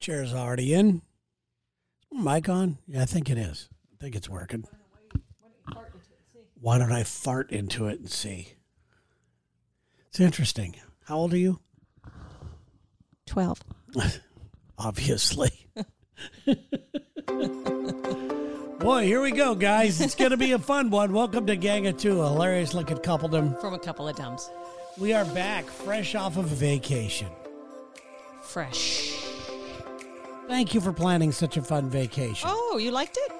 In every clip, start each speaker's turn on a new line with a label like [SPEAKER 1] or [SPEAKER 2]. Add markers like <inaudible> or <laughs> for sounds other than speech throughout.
[SPEAKER 1] Chair's already in. Mic on? Yeah, I think it is. I think it's working. Why don't I fart into it and see? It's interesting. How old are you?
[SPEAKER 2] 12.
[SPEAKER 1] Obviously. <laughs> Boy, here we go, guys. It's going to be a fun one. Welcome to Gang of Two, a hilarious look at coupledom.
[SPEAKER 2] From a couple of dumps.
[SPEAKER 1] We are back, fresh off of vacation.
[SPEAKER 2] Fresh.
[SPEAKER 1] Thank you for planning such a fun vacation.
[SPEAKER 2] Oh, you liked it?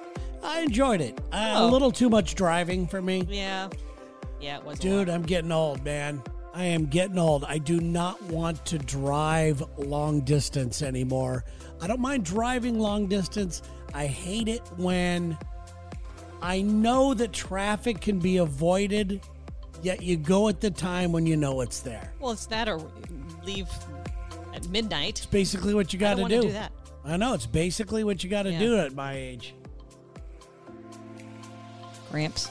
[SPEAKER 1] I enjoyed it. Uh, A
[SPEAKER 2] Oh.
[SPEAKER 1] little too much driving for me.
[SPEAKER 2] Yeah. Yeah, it was. a
[SPEAKER 1] Dude, I'm getting old, man. I am getting old. I do not want to drive long distance anymore. I don't mind driving long distance. I hate it when I know that traffic can be avoided, yet you go at the time when you know it's there.
[SPEAKER 2] lot. Well, it's that or leave at midnight.
[SPEAKER 1] It's basically what you
[SPEAKER 2] I
[SPEAKER 1] got
[SPEAKER 2] don't
[SPEAKER 1] to
[SPEAKER 2] want to do that.
[SPEAKER 1] I know. It's basically what you got to
[SPEAKER 2] Yeah.
[SPEAKER 1] do at my age.
[SPEAKER 2] <laughs> Gramps.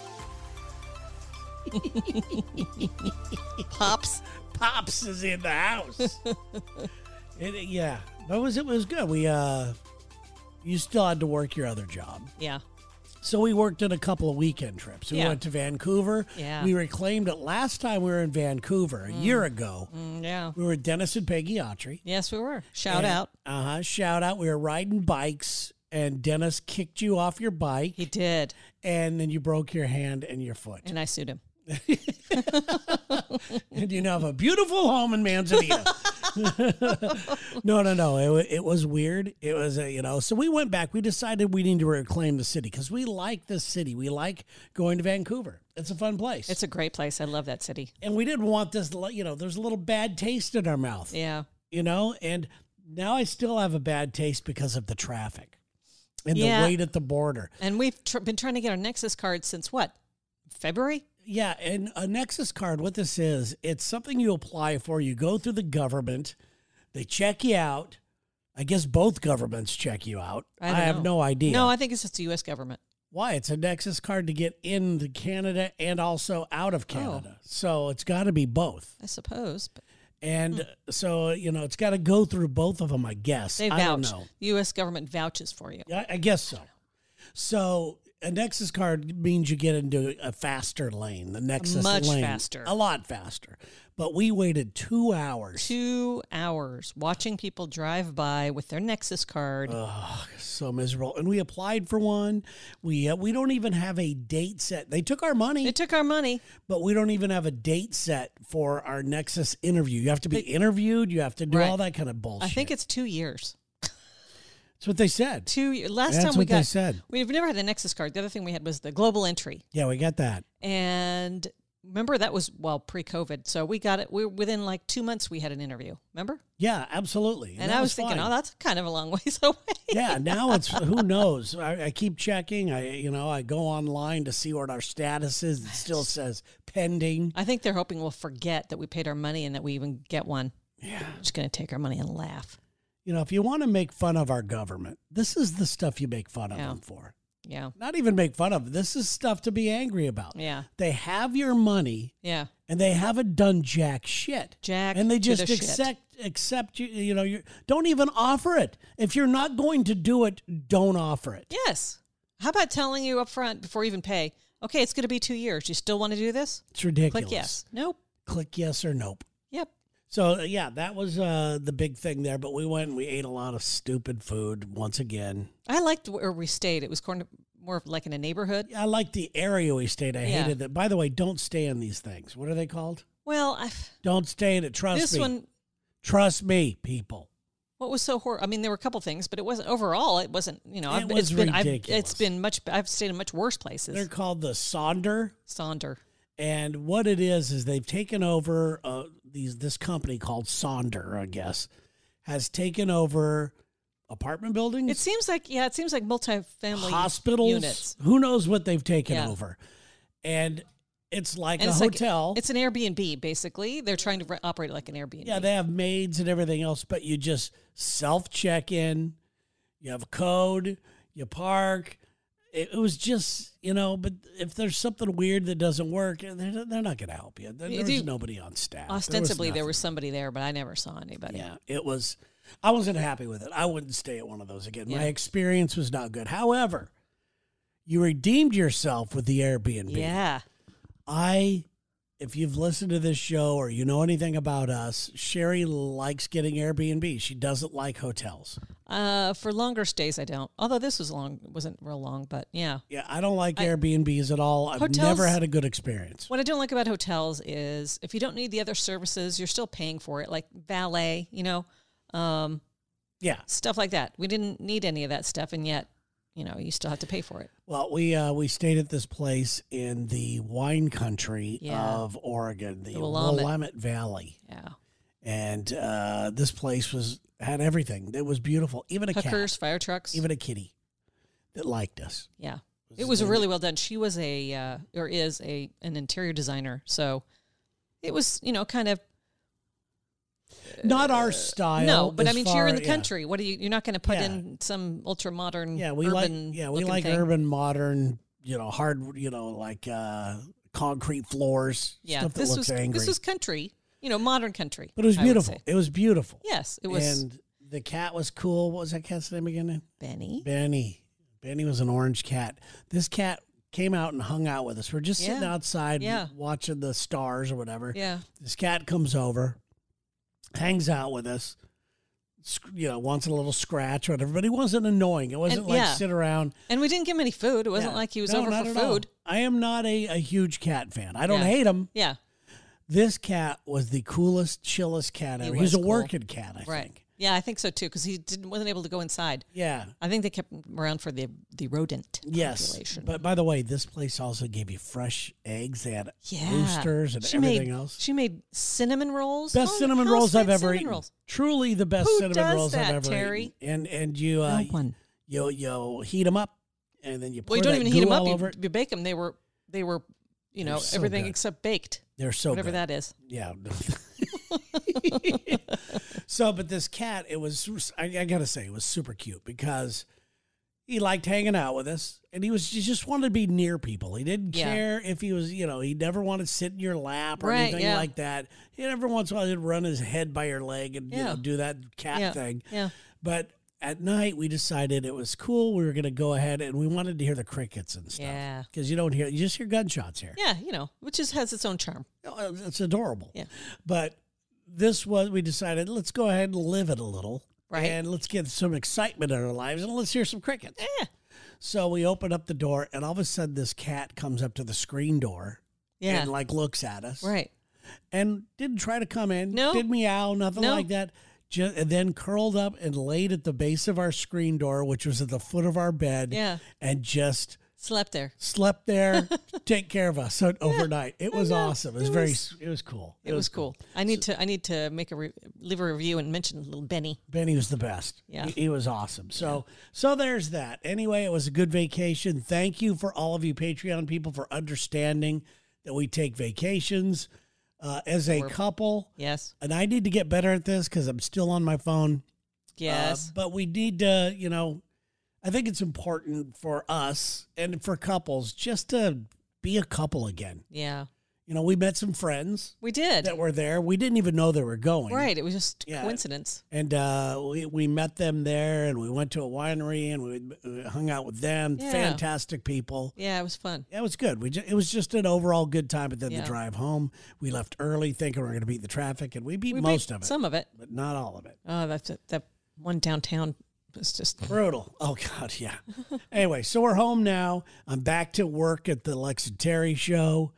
[SPEAKER 2] Pops.
[SPEAKER 1] Pops is in the
[SPEAKER 2] <laughs>
[SPEAKER 1] house. it, yeah, but it was it was good. We uh, you still had to work your other job,
[SPEAKER 2] Yeah.
[SPEAKER 1] so we worked in a couple of weekend trips. We
[SPEAKER 2] Yeah.
[SPEAKER 1] went to Vancouver.
[SPEAKER 2] Yeah.
[SPEAKER 1] we reclaimed it last time we were in Vancouver a year ago.
[SPEAKER 2] Mm, yeah.
[SPEAKER 1] We were at Dennis and Peggy Autry.
[SPEAKER 2] Yes, we were. Shout out.
[SPEAKER 1] Uh huh. Shout out. We were riding bikes, and Dennis kicked you off your bike,
[SPEAKER 2] He did.
[SPEAKER 1] and then you broke your hand and your foot.
[SPEAKER 2] And I sued him.
[SPEAKER 1] and you now have a beautiful home in Manzanita. <laughs> no, no, no. It, wa- it was weird. It was, a, you know, so we went back. We decided we need to reclaim the city because we like this city. We like going to Vancouver. It's a fun place.
[SPEAKER 2] It's a great place. I love that city.
[SPEAKER 1] and we didn't want this, li- you know, there's a little bad taste in our mouth,
[SPEAKER 2] Yeah.
[SPEAKER 1] you know, and now I still have a bad taste because of the traffic and
[SPEAKER 2] Yeah.
[SPEAKER 1] the wait at the border.
[SPEAKER 2] And we've tr- been trying to get our Nexus card since what? February?
[SPEAKER 1] Yeah, and a Nexus card, what this is, it's something you apply for. You go through the government, they check you out. I guess both governments check you out. I,
[SPEAKER 2] don't
[SPEAKER 1] have
[SPEAKER 2] know.
[SPEAKER 1] no idea.
[SPEAKER 2] No, I think it's just the U.S. government.
[SPEAKER 1] Why? It's a Nexus card to get into Canada and also out
[SPEAKER 2] Oh.
[SPEAKER 1] of Canada. So it's got to be both.
[SPEAKER 2] I suppose. But
[SPEAKER 1] And so, you know, it's got to go through both of them, I guess.
[SPEAKER 2] Hmm. they
[SPEAKER 1] I don't
[SPEAKER 2] vouch.
[SPEAKER 1] know.
[SPEAKER 2] The U.S. government vouches for you.
[SPEAKER 1] Yeah, I guess so. So a Nexus card means you get into a faster lane, the Nexus
[SPEAKER 2] Much
[SPEAKER 1] lane.
[SPEAKER 2] faster.
[SPEAKER 1] A lot faster. But we waited two hours.
[SPEAKER 2] Two hours watching people drive by with their Nexus card.
[SPEAKER 1] So miserable. And we applied for one. We uh, we don't even have a date set. They took our money,
[SPEAKER 2] they took our money.
[SPEAKER 1] but we don't even have a date set for our Nexus interview. You have to be interviewed. You have to do
[SPEAKER 2] Right.
[SPEAKER 1] all that kind of bullshit.
[SPEAKER 2] I think it's two years.
[SPEAKER 1] that's what they said.
[SPEAKER 2] Two years. Last
[SPEAKER 1] That's
[SPEAKER 2] time we
[SPEAKER 1] what they
[SPEAKER 2] got.
[SPEAKER 1] said.
[SPEAKER 2] We've never had a Nexus card. The other thing we had was the global entry,
[SPEAKER 1] Yeah, we got that.
[SPEAKER 2] and remember that was well pre-COVID. So we got it. We were within like two months. We had an interview. Remember?
[SPEAKER 1] Yeah, absolutely.
[SPEAKER 2] And
[SPEAKER 1] that
[SPEAKER 2] I was, thinking,
[SPEAKER 1] fine.
[SPEAKER 2] oh, that's kind of a long <laughs> ways away.
[SPEAKER 1] yeah now it's who knows I, I keep checking i you know i go online to see what our status is it still says pending
[SPEAKER 2] I think they're hoping we'll forget that we paid our money and that we even get one. Yeah. Just going to take our money and laugh.
[SPEAKER 1] you know if you want to make fun of our government this is the stuff you make fun of
[SPEAKER 2] Yeah.
[SPEAKER 1] them for
[SPEAKER 2] Yeah.
[SPEAKER 1] not even make fun of this is stuff to be angry about
[SPEAKER 2] Yeah.
[SPEAKER 1] they have your money
[SPEAKER 2] Yeah.
[SPEAKER 1] and they haven't done jack shit
[SPEAKER 2] Jack
[SPEAKER 1] and they
[SPEAKER 2] to the
[SPEAKER 1] just
[SPEAKER 2] shit.
[SPEAKER 1] accept accept you you know you don't even offer it if you're not going to do it don't offer it
[SPEAKER 2] Yes. How about telling you up front before you even pay, okay, it's going to be two years. You still want to do this?
[SPEAKER 1] it's ridiculous
[SPEAKER 2] Click yes. Nope.
[SPEAKER 1] click yes or nope
[SPEAKER 2] Yep.
[SPEAKER 1] So yeah, that was uh, the big thing there. But we went and we ate a lot of stupid food once again.
[SPEAKER 2] I liked where we stayed. It was corn- more of like in a neighborhood.
[SPEAKER 1] I liked the area we stayed. I
[SPEAKER 2] Yeah.
[SPEAKER 1] hated that. By the way, don't stay in these things. What are they called?
[SPEAKER 2] Well, I,
[SPEAKER 1] Don't stay in it. Trust
[SPEAKER 2] this
[SPEAKER 1] me.
[SPEAKER 2] one,
[SPEAKER 1] Trust me, people.
[SPEAKER 2] what was so horrible? I mean, there were a couple things, but it wasn't overall. It wasn't, you know,
[SPEAKER 1] It
[SPEAKER 2] I've,
[SPEAKER 1] was
[SPEAKER 2] it's been, I've,
[SPEAKER 1] ridiculous.
[SPEAKER 2] it's been much, I've stayed in much worse
[SPEAKER 1] They're
[SPEAKER 2] places.
[SPEAKER 1] called the Sonder.
[SPEAKER 2] Sonder.
[SPEAKER 1] And what it is is they've taken over uh, these. This company called Sonder, I guess, has taken over apartment buildings.
[SPEAKER 2] It seems like, yeah, it seems like multifamily
[SPEAKER 1] hospitals.
[SPEAKER 2] units.
[SPEAKER 1] Who knows what they've taken
[SPEAKER 2] Yeah.
[SPEAKER 1] over? And it's like
[SPEAKER 2] And
[SPEAKER 1] a
[SPEAKER 2] it's like-
[SPEAKER 1] hotel.
[SPEAKER 2] It's an Airbnb, basically. They're trying to re- operate it like an Airbnb.
[SPEAKER 1] yeah, they have maids and everything else, but you just self check in. You have a code. You park. It, it was just you know, but if there's something weird that doesn't work, they're, they're not going to help you. There,
[SPEAKER 2] You
[SPEAKER 1] there
[SPEAKER 2] do-
[SPEAKER 1] was nobody on staff. There was
[SPEAKER 2] Ostensibly, there
[SPEAKER 1] nothing.
[SPEAKER 2] was somebody there, but I never saw anybody.
[SPEAKER 1] Yeah, it was. I wasn't happy with it. I wouldn't stay at one of those again. My
[SPEAKER 2] Yeah.
[SPEAKER 1] experience was not good. However, you redeemed yourself with the Airbnb.
[SPEAKER 2] Yeah.
[SPEAKER 1] I, if you've listened to this show or you know anything about us, Sherry likes getting Airbnb. She doesn't like hotels.
[SPEAKER 2] Uh, for longer stays, I don't. Although this was long, wasn't real long, but yeah.
[SPEAKER 1] Yeah, I don't like Airbnbs at all. I've never
[SPEAKER 2] Hotels-
[SPEAKER 1] had a good experience.
[SPEAKER 2] What I don't like about hotels is if you don't need the other services, you're still paying for it, like valet, you know, um,
[SPEAKER 1] Yeah.
[SPEAKER 2] stuff like that. We didn't need any of that stuff, and yet, you know, you still have to pay for it.
[SPEAKER 1] Well, we uh, we stayed at this place in the wine country
[SPEAKER 2] Yeah.
[SPEAKER 1] of Oregon, the,
[SPEAKER 2] The Willamette.
[SPEAKER 1] Willamette Valley,
[SPEAKER 2] Yeah.
[SPEAKER 1] and uh, this place was had everything. It was beautiful, even a
[SPEAKER 2] Hookers,
[SPEAKER 1] cat,
[SPEAKER 2] fire trucks.
[SPEAKER 1] even a kitty that liked us.
[SPEAKER 2] yeah. It was really well done. She was a uh, or is a an interior designer, so it was you know kind of
[SPEAKER 1] Not our style.
[SPEAKER 2] uh, no, but I
[SPEAKER 1] as
[SPEAKER 2] mean you're
[SPEAKER 1] far-
[SPEAKER 2] in the
[SPEAKER 1] yeah.
[SPEAKER 2] country. What do you? You're not going to put
[SPEAKER 1] Yeah.
[SPEAKER 2] in some ultra modern.
[SPEAKER 1] Yeah, we like
[SPEAKER 2] urban
[SPEAKER 1] yeah we
[SPEAKER 2] looking
[SPEAKER 1] like
[SPEAKER 2] thing.
[SPEAKER 1] urban modern. You know, hard. You know, like uh, concrete floors.
[SPEAKER 2] Yeah,
[SPEAKER 1] stuff that
[SPEAKER 2] this
[SPEAKER 1] looks
[SPEAKER 2] was
[SPEAKER 1] angry.
[SPEAKER 2] this was country. You know, modern country.
[SPEAKER 1] but it was
[SPEAKER 2] I would
[SPEAKER 1] beautiful.
[SPEAKER 2] say.
[SPEAKER 1] It was beautiful.
[SPEAKER 2] Yes, it was
[SPEAKER 1] And the cat was cool. What was that cat's name again?
[SPEAKER 2] Benny.
[SPEAKER 1] Benny. Benny was an orange cat. This cat came out and hung out with us. We're just sitting
[SPEAKER 2] Yeah.
[SPEAKER 1] outside
[SPEAKER 2] Yeah.
[SPEAKER 1] watching the stars or whatever.
[SPEAKER 2] Yeah,
[SPEAKER 1] This cat comes over, hangs out with us, sc- you know, wants a little scratch or whatever, but he wasn't annoying. It wasn't like
[SPEAKER 2] yeah.
[SPEAKER 1] sit around.
[SPEAKER 2] and we didn't give him any food. It wasn't
[SPEAKER 1] Yeah.
[SPEAKER 2] like he was
[SPEAKER 1] No,
[SPEAKER 2] over
[SPEAKER 1] not
[SPEAKER 2] for
[SPEAKER 1] at all.
[SPEAKER 2] food.
[SPEAKER 1] I am not a, a huge cat fan. I don't
[SPEAKER 2] Yeah.
[SPEAKER 1] hate him.
[SPEAKER 2] Yeah,
[SPEAKER 1] This cat was the coolest, chillest cat
[SPEAKER 2] He
[SPEAKER 1] ever. He's
[SPEAKER 2] was
[SPEAKER 1] a
[SPEAKER 2] cool.
[SPEAKER 1] working cat, I
[SPEAKER 2] right.
[SPEAKER 1] think.
[SPEAKER 2] Yeah, I think so too because he didn't wasn't able to go inside.
[SPEAKER 1] Yeah.
[SPEAKER 2] I think they kept him around for the the rodent
[SPEAKER 1] Yes,
[SPEAKER 2] population.
[SPEAKER 1] but by the way, this place also gave you fresh eggs. They had
[SPEAKER 2] Yeah.
[SPEAKER 1] roosters and
[SPEAKER 2] She
[SPEAKER 1] everything
[SPEAKER 2] made-
[SPEAKER 1] else.
[SPEAKER 2] She made cinnamon rolls.
[SPEAKER 1] Best
[SPEAKER 2] Oh,
[SPEAKER 1] cinnamon
[SPEAKER 2] house
[SPEAKER 1] rolls I've
[SPEAKER 2] made
[SPEAKER 1] ever
[SPEAKER 2] cinnamon
[SPEAKER 1] eaten.
[SPEAKER 2] rolls.
[SPEAKER 1] Truly the best
[SPEAKER 2] Who
[SPEAKER 1] cinnamon
[SPEAKER 2] does
[SPEAKER 1] rolls I've
[SPEAKER 2] that,
[SPEAKER 1] ever
[SPEAKER 2] Terry?
[SPEAKER 1] eaten. And and you
[SPEAKER 2] No
[SPEAKER 1] uh,
[SPEAKER 2] one.
[SPEAKER 1] you you heat them up and then you pour
[SPEAKER 2] Well, you don't
[SPEAKER 1] that
[SPEAKER 2] even heat them
[SPEAKER 1] goo
[SPEAKER 2] up.
[SPEAKER 1] all
[SPEAKER 2] You,
[SPEAKER 1] over it.
[SPEAKER 2] you bake them. They were they were you know
[SPEAKER 1] They're so
[SPEAKER 2] everything
[SPEAKER 1] good.
[SPEAKER 2] except baked,
[SPEAKER 1] They're so
[SPEAKER 2] whatever
[SPEAKER 1] good.
[SPEAKER 2] that is.
[SPEAKER 1] Yeah. <laughs> so, but this cat, it was, I, I gotta say, it was super cute because he liked hanging out with us and he was, he just wanted to be near people. He didn't
[SPEAKER 2] Yeah.
[SPEAKER 1] care if he was, you know, he never wanted to sit in your lap or
[SPEAKER 2] Right,
[SPEAKER 1] anything
[SPEAKER 2] yeah.
[SPEAKER 1] like that. He every once in a while he'd run his head by your leg and, you know,
[SPEAKER 2] Yeah.
[SPEAKER 1] do that cat
[SPEAKER 2] Yeah.
[SPEAKER 1] thing.
[SPEAKER 2] Yeah.
[SPEAKER 1] But at night, we decided it was cool. We were gonna go ahead and we wanted to hear the crickets and stuff.
[SPEAKER 2] Yeah.
[SPEAKER 1] Because you don't hear, you just hear gunshots here.
[SPEAKER 2] Yeah, you know, which is has its own charm.
[SPEAKER 1] Oh, It's adorable.
[SPEAKER 2] Yeah.
[SPEAKER 1] But this was, we decided, let's go ahead and live it a little.
[SPEAKER 2] Right.
[SPEAKER 1] And let's get some excitement in our lives and let's hear some crickets.
[SPEAKER 2] Yeah.
[SPEAKER 1] So we open up the door, and all of a sudden, this cat comes up to the screen door
[SPEAKER 2] Yeah.
[SPEAKER 1] and like looks at us
[SPEAKER 2] right.
[SPEAKER 1] and didn't try to come in.
[SPEAKER 2] No.
[SPEAKER 1] Didn't meow, nothing
[SPEAKER 2] No.
[SPEAKER 1] like that. Just, and then curled up and laid at the base of our screen door, which was at the foot of our bed.
[SPEAKER 2] Yeah.
[SPEAKER 1] And just
[SPEAKER 2] Slept there.
[SPEAKER 1] slept there, <laughs> take care of us overnight. It was awesome. It was
[SPEAKER 2] It
[SPEAKER 1] very,
[SPEAKER 2] was-
[SPEAKER 1] it was cool.
[SPEAKER 2] It, was cool. I need to I need to make a re- leave a review and mention little Benny.
[SPEAKER 1] Benny was the best.
[SPEAKER 2] Yeah.
[SPEAKER 1] He, he was awesome. So so there's that. Anyway, it was a good vacation. Thank you for all of you Patreon people for understanding that we take vacations uh, as a couple.
[SPEAKER 2] Yes.
[SPEAKER 1] And I need to get better at this because I'm still on my phone. Uh,
[SPEAKER 2] Yes.
[SPEAKER 1] but we need to, you know, I think it's important for us and for couples just to be a couple again.
[SPEAKER 2] yeah.
[SPEAKER 1] You know, we met some friends
[SPEAKER 2] We did.
[SPEAKER 1] that were there. We didn't even know they were going.
[SPEAKER 2] Right. It was just
[SPEAKER 1] Yeah.
[SPEAKER 2] coincidence.
[SPEAKER 1] and uh, we, we met them there and we went to a winery and we uh, hung out with them
[SPEAKER 2] Yeah.
[SPEAKER 1] fantastic people
[SPEAKER 2] Yeah, it was fun.
[SPEAKER 1] yeah, it was good. We ju- it was just an overall good time. But then the
[SPEAKER 2] Yeah.
[SPEAKER 1] drive home, we left early thinking we were going to beat the traffic, and we beat
[SPEAKER 2] We
[SPEAKER 1] most
[SPEAKER 2] made
[SPEAKER 1] of it,
[SPEAKER 2] Some of it.
[SPEAKER 1] but not all of it.
[SPEAKER 2] Oh, that's it. that one downtown was just
[SPEAKER 1] Brutal. <laughs> Oh God,
[SPEAKER 2] <laughs>
[SPEAKER 1] yeah. anyway, so we're home now. I'm back to work at the Lex and Terry show.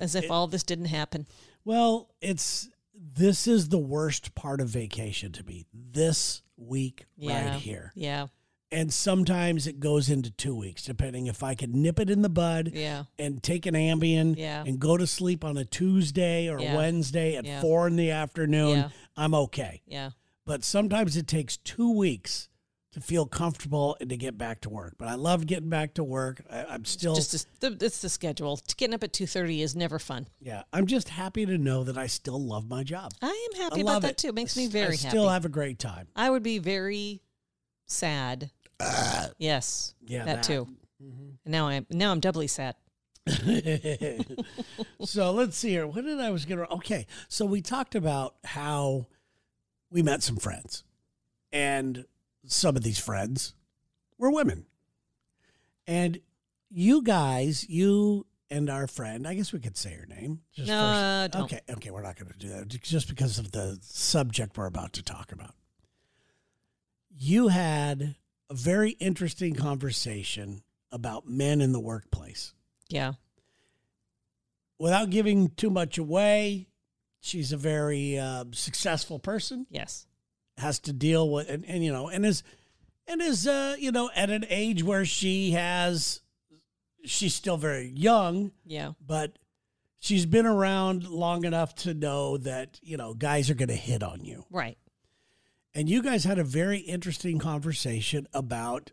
[SPEAKER 2] as if all this didn't happen.
[SPEAKER 1] Well, it's this is the worst part of vacation to me. This week
[SPEAKER 2] Yeah.
[SPEAKER 1] right here.
[SPEAKER 2] Yeah.
[SPEAKER 1] and sometimes it goes into two weeks, depending if I can nip it in the bud
[SPEAKER 2] Yeah.
[SPEAKER 1] and take an Ambien
[SPEAKER 2] Yeah.
[SPEAKER 1] and go to sleep on a Tuesday or
[SPEAKER 2] Yeah.
[SPEAKER 1] Wednesday at
[SPEAKER 2] Yeah.
[SPEAKER 1] four in the afternoon,
[SPEAKER 2] Yeah.
[SPEAKER 1] I'm okay.
[SPEAKER 2] Yeah.
[SPEAKER 1] But sometimes it takes two weeks to feel comfortable and to get back to work. But I love getting back to work. I, I'm still,
[SPEAKER 2] Just this, the, it's the schedule. Getting up at two thirty is never fun.
[SPEAKER 1] yeah, I'm just happy to know that I still love my job.
[SPEAKER 2] I am
[SPEAKER 1] I
[SPEAKER 2] happy about
[SPEAKER 1] love
[SPEAKER 2] that
[SPEAKER 1] it
[SPEAKER 2] too. It makes me
[SPEAKER 1] S-
[SPEAKER 2] very
[SPEAKER 1] I
[SPEAKER 2] happy.
[SPEAKER 1] still have a great time.
[SPEAKER 2] I would be very sad. yes.
[SPEAKER 1] Uh, Yeah,
[SPEAKER 2] that,
[SPEAKER 1] that. Mm-hmm.
[SPEAKER 2] too. And now I'm now I'm doubly sad.
[SPEAKER 1] so let's see here. What did I was gonna? Okay, so we talked about how we met some friends, and some of these friends were women. And you guys, you and our friend, I guess we could say her name. Just
[SPEAKER 2] No, uh, don't.
[SPEAKER 1] Okay, okay, we're not going to do that just because of the subject we're about to talk about. You had a very interesting conversation about men in the workplace.
[SPEAKER 2] Yeah.
[SPEAKER 1] Without giving too much away, she's a very uh, successful person
[SPEAKER 2] Yes.
[SPEAKER 1] has to deal with and, and you know and is and is uh you know at an age where she has she's still very young
[SPEAKER 2] Yeah.
[SPEAKER 1] but she's been around long enough to know that you know guys are going to hit on you
[SPEAKER 2] Right.
[SPEAKER 1] and you guys had a very interesting conversation about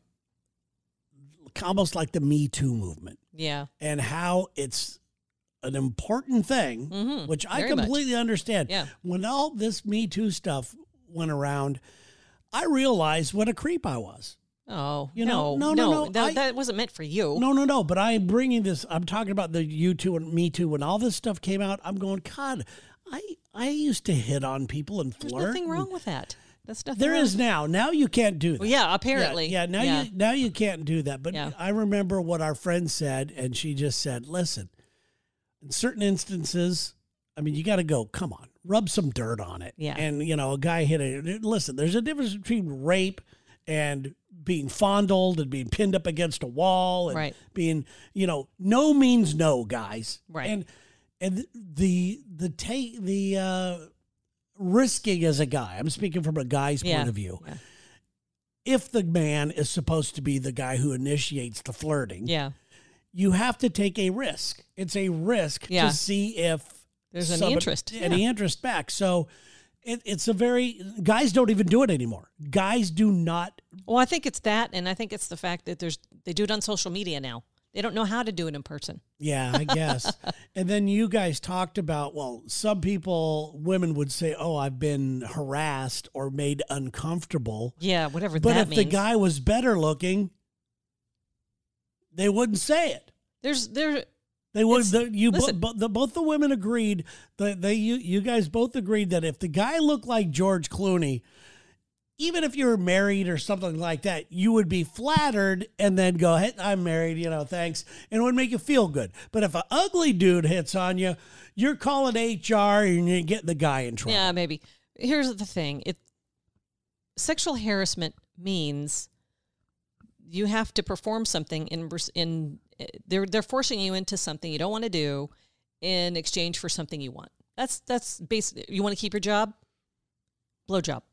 [SPEAKER 1] almost like the me too movement
[SPEAKER 2] Yeah.
[SPEAKER 1] and how it's an important thing
[SPEAKER 2] Mhm.
[SPEAKER 1] which I
[SPEAKER 2] Very much.
[SPEAKER 1] completely understand.
[SPEAKER 2] Yeah.
[SPEAKER 1] When all this Me Too stuff went around, I realized what a creep I was.
[SPEAKER 2] Oh,
[SPEAKER 1] You know, no,
[SPEAKER 2] no, no,
[SPEAKER 1] no,
[SPEAKER 2] no,
[SPEAKER 1] no,
[SPEAKER 2] That,
[SPEAKER 1] I-
[SPEAKER 2] that wasn't meant for you.
[SPEAKER 1] No, no, no. But I'm bringing this. I'm talking about the you two and Me Too. When all this stuff came out, I'm going, God, I I used to hit on people and
[SPEAKER 2] There's
[SPEAKER 1] flirt.
[SPEAKER 2] nothing wrong with that. That's nothing.
[SPEAKER 1] There
[SPEAKER 2] wrong.
[SPEAKER 1] is now. Now you can't do that.
[SPEAKER 2] Well, yeah, apparently.
[SPEAKER 1] Yeah, yeah, now you now you can't do that. But
[SPEAKER 2] Yeah.
[SPEAKER 1] I remember what our friend said, and she just said, "Listen, in certain instances, I mean, you got to go. Come on, rub some dirt on it.
[SPEAKER 2] Yeah.
[SPEAKER 1] and you know, a guy hit it. Listen, there's a difference between rape and being fondled and being pinned up against a wall and
[SPEAKER 2] Right.
[SPEAKER 1] being, you know, no means no, guys.
[SPEAKER 2] Right.
[SPEAKER 1] and and the the take the uh, risking as a guy. I'm speaking from a guy's
[SPEAKER 2] Yeah.
[SPEAKER 1] point of view
[SPEAKER 2] Yeah.
[SPEAKER 1] if the man is supposed to be the guy who initiates the flirting,
[SPEAKER 2] Yeah.
[SPEAKER 1] you have to take a risk. It's a risk
[SPEAKER 2] Yeah.
[SPEAKER 1] to see if
[SPEAKER 2] There's any
[SPEAKER 1] somebody-
[SPEAKER 2] interest.
[SPEAKER 1] any interest back. So it, it's a very guys don't even do it anymore. Guys do not.
[SPEAKER 2] Well, I think it's that, and I think it's the fact that there's they do it on social media now. They don't know how to do it in person.
[SPEAKER 1] Yeah, I guess.
[SPEAKER 2] <laughs>
[SPEAKER 1] and then you guys talked about well, some people, women would say, "Oh, I've been harassed or made uncomfortable."
[SPEAKER 2] Yeah, whatever
[SPEAKER 1] But
[SPEAKER 2] that
[SPEAKER 1] if
[SPEAKER 2] means.
[SPEAKER 1] the guy was better looking, they wouldn't say it.
[SPEAKER 2] there's there.
[SPEAKER 1] They would.
[SPEAKER 2] It's-
[SPEAKER 1] The, you bo-
[SPEAKER 2] listen.
[SPEAKER 1] bo- the, both the women agreed that they you you guys both agreed that if the guy looked like George Clooney, even if you were married or something like that, you would be flattered and then go, "Hey, I'm married," you know, thanks, and it would make you feel good. But if an ugly dude hits on you, you're calling HR and you're getting the guy in trouble.
[SPEAKER 2] Yeah, maybe. Here's the thing: it sexual harassment means you have to perform something in res- in eh, they're they're forcing you into something you don't want to do in exchange for something you want. That's that's basically you want to keep your job, blow job.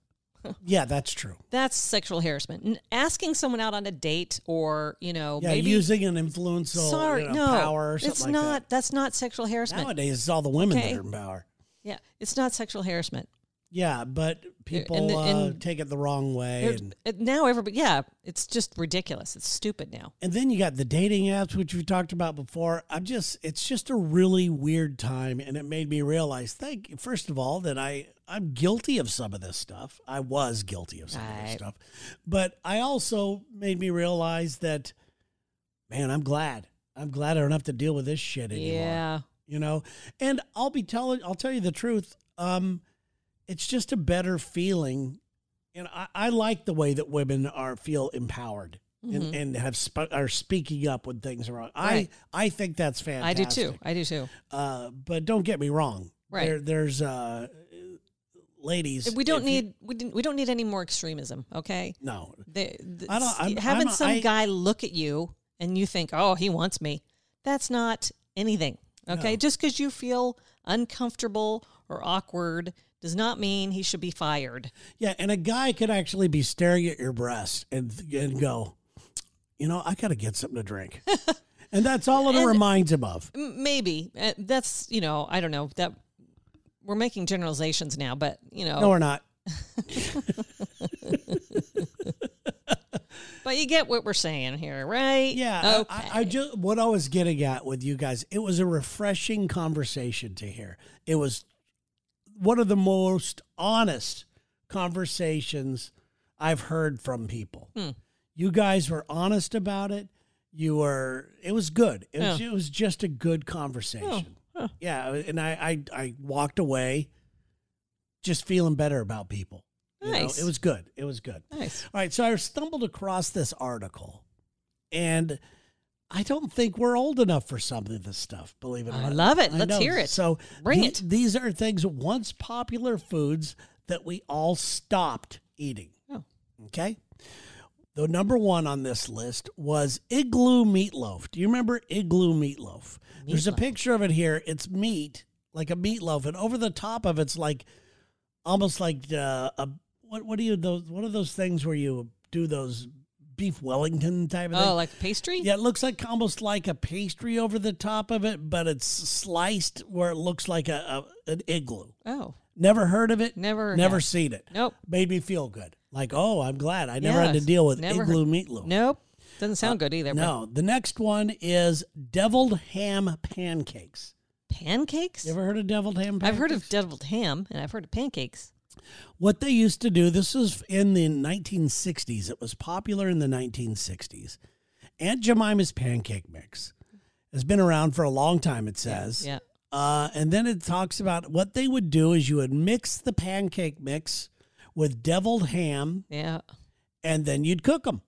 [SPEAKER 1] Yeah, that's true.
[SPEAKER 2] That's sexual harassment. And asking someone out on a date or, you know,
[SPEAKER 1] Yeah,
[SPEAKER 2] maybe
[SPEAKER 1] using an influential
[SPEAKER 2] sorry,
[SPEAKER 1] you know,
[SPEAKER 2] no,
[SPEAKER 1] power or something
[SPEAKER 2] it's
[SPEAKER 1] like
[SPEAKER 2] not. That's not sexual
[SPEAKER 1] that.
[SPEAKER 2] harassment.
[SPEAKER 1] Nowadays, it's all the women
[SPEAKER 2] Okay.
[SPEAKER 1] that are in power.
[SPEAKER 2] yeah, it's not sexual harassment.
[SPEAKER 1] Yeah, but people
[SPEAKER 2] the-
[SPEAKER 1] uh,
[SPEAKER 2] and-
[SPEAKER 1] take it the wrong way.
[SPEAKER 2] There's-
[SPEAKER 1] and,
[SPEAKER 2] it- now everybody, yeah, it's just ridiculous. It's stupid now.
[SPEAKER 1] And then you got the dating apps, which we've talked about before. I'm just, it's just a really weird time. And it made me realize, thank you, first of all, that I, I'm guilty of some of this stuff. I was guilty of some of this
[SPEAKER 2] Right.
[SPEAKER 1] stuff. But I also made me realize that, man, I'm glad. I'm glad I don't have to deal with this shit anymore.
[SPEAKER 2] Yeah,
[SPEAKER 1] You know? And I'll be telling, I'll tell you the truth. Um, it's just a better feeling. And I, I like the way that women are feel empowered and,
[SPEAKER 2] Mhm.
[SPEAKER 1] and have sp- are speaking up when things are wrong.
[SPEAKER 2] Right.
[SPEAKER 1] I I think that's
[SPEAKER 2] I do
[SPEAKER 1] fantastic.
[SPEAKER 2] too. I do too.
[SPEAKER 1] Uh, but don't get me wrong.
[SPEAKER 2] Right.
[SPEAKER 1] There, there's uh, ladies.
[SPEAKER 2] We don't
[SPEAKER 1] if you-
[SPEAKER 2] need we didn't, we don't need any more extremism. Okay,
[SPEAKER 1] no.
[SPEAKER 2] the, the-
[SPEAKER 1] I don't-
[SPEAKER 2] s-
[SPEAKER 1] I'm-
[SPEAKER 2] having
[SPEAKER 1] I'm-
[SPEAKER 2] some
[SPEAKER 1] I-
[SPEAKER 2] guy look at you and you think, oh, he wants me. That's not anything. Okay,
[SPEAKER 1] No.
[SPEAKER 2] just because you feel uncomfortable or awkward does not mean he should be fired.
[SPEAKER 1] Yeah, and a guy could actually be staring at your breast and and go, you know, I got to get something to
[SPEAKER 2] <laughs>
[SPEAKER 1] drink, and that's all it
[SPEAKER 2] And-
[SPEAKER 1] reminds him of.
[SPEAKER 2] M- maybe Uh, that's you know i don't know that we're making generalizations now but you know
[SPEAKER 1] No, we're not.
[SPEAKER 2] but you get what we're saying here right
[SPEAKER 1] Yeah.
[SPEAKER 2] okay
[SPEAKER 1] I, I just what I was getting at with you guys, it was a refreshing conversation to hear. It was one of the most honest conversations I've heard from people.
[SPEAKER 2] Hmm.
[SPEAKER 1] You guys were honest about it. You were. It was good. It, was, it was just a good conversation.
[SPEAKER 2] Oh,
[SPEAKER 1] Yeah, and I, I I walked away just feeling better about people. You know,
[SPEAKER 2] Nice.
[SPEAKER 1] it was good. It was good.
[SPEAKER 2] Nice.
[SPEAKER 1] All right, so I stumbled across this article, and I don't think we're old enough for some of this stuff. Believe it or
[SPEAKER 2] I
[SPEAKER 1] not,
[SPEAKER 2] love it. Let's hear it.
[SPEAKER 1] So
[SPEAKER 2] Bring
[SPEAKER 1] the-
[SPEAKER 2] it.
[SPEAKER 1] These are things once popular foods that we all stopped eating.
[SPEAKER 2] Oh.
[SPEAKER 1] Okay. The number one on this list was igloo meatloaf. Do you remember igloo meatloaf? There's a
[SPEAKER 2] Meatloaf.
[SPEAKER 1] picture of it here. It's meat, like a meatloaf, and over the top of it's like almost like uh, a what? What do you those? What are those things where you do those beef Wellington type of thing?
[SPEAKER 2] Oh, like pastry?
[SPEAKER 1] Yeah, it looks like almost like a pastry over the top of it, but it's sliced where it looks like a, a an igloo.
[SPEAKER 2] Oh,
[SPEAKER 1] Never heard of it.
[SPEAKER 2] Never
[SPEAKER 1] Never
[SPEAKER 2] have.
[SPEAKER 1] seen it.
[SPEAKER 2] nope.
[SPEAKER 1] Made me feel good. Like, oh, I'm glad I never had to
[SPEAKER 2] Yes,
[SPEAKER 1] deal with
[SPEAKER 2] never
[SPEAKER 1] igloo meatloaf.
[SPEAKER 2] Nope. Doesn't sound good either. but
[SPEAKER 1] Uh, No, the next one is deviled ham pancakes.
[SPEAKER 2] Pancakes?
[SPEAKER 1] You ever heard of deviled ham pancakes?
[SPEAKER 2] I've heard of deviled ham and I've heard of pancakes.
[SPEAKER 1] what they used to do this was in the 1960s it was popular in the 1960s aunt jemima's pancake mix has been around for a long time it says
[SPEAKER 2] Yeah.
[SPEAKER 1] Uh, and then it talks about what they would do is you would mix the pancake mix with deviled ham
[SPEAKER 2] Yeah.
[SPEAKER 1] and then you'd cook them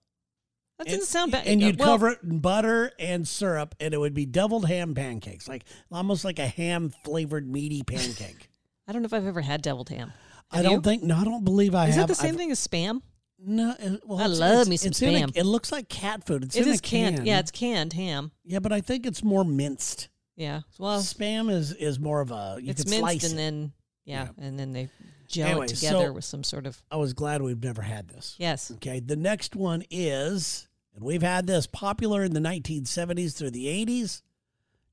[SPEAKER 2] That doesn't sound bad.
[SPEAKER 1] and you'd
[SPEAKER 2] Well,
[SPEAKER 1] cover it in butter and syrup and it would be deviled ham pancakes like almost like a ham flavored meaty pancake
[SPEAKER 2] I don't know if I've ever had deviled ham.
[SPEAKER 1] i
[SPEAKER 2] <laughs> Have
[SPEAKER 1] don't
[SPEAKER 2] you?
[SPEAKER 1] think no i don't believe i
[SPEAKER 2] Is
[SPEAKER 1] have
[SPEAKER 2] that the
[SPEAKER 1] I've-
[SPEAKER 2] same thing as spam?
[SPEAKER 1] No, it- well,
[SPEAKER 2] I
[SPEAKER 1] it's-
[SPEAKER 2] love
[SPEAKER 1] it's-
[SPEAKER 2] me some
[SPEAKER 1] it's in a-
[SPEAKER 2] spam.
[SPEAKER 1] it looks like cat food. It's
[SPEAKER 2] It
[SPEAKER 1] in
[SPEAKER 2] is
[SPEAKER 1] a can.
[SPEAKER 2] canned. Yeah, it's canned ham.
[SPEAKER 1] yeah, but I think it's more minced.
[SPEAKER 2] Yeah. Well,
[SPEAKER 1] spam is is more of a you
[SPEAKER 2] it's
[SPEAKER 1] can
[SPEAKER 2] minced
[SPEAKER 1] slice
[SPEAKER 2] and
[SPEAKER 1] it.
[SPEAKER 2] then yeah, and then they gel
[SPEAKER 1] Anyway,
[SPEAKER 2] it together
[SPEAKER 1] so-
[SPEAKER 2] with some sort of
[SPEAKER 1] I was glad we've never had this.
[SPEAKER 2] yes.
[SPEAKER 1] Okay, the next one is, and we've had this popular in the 1970s through the 80s.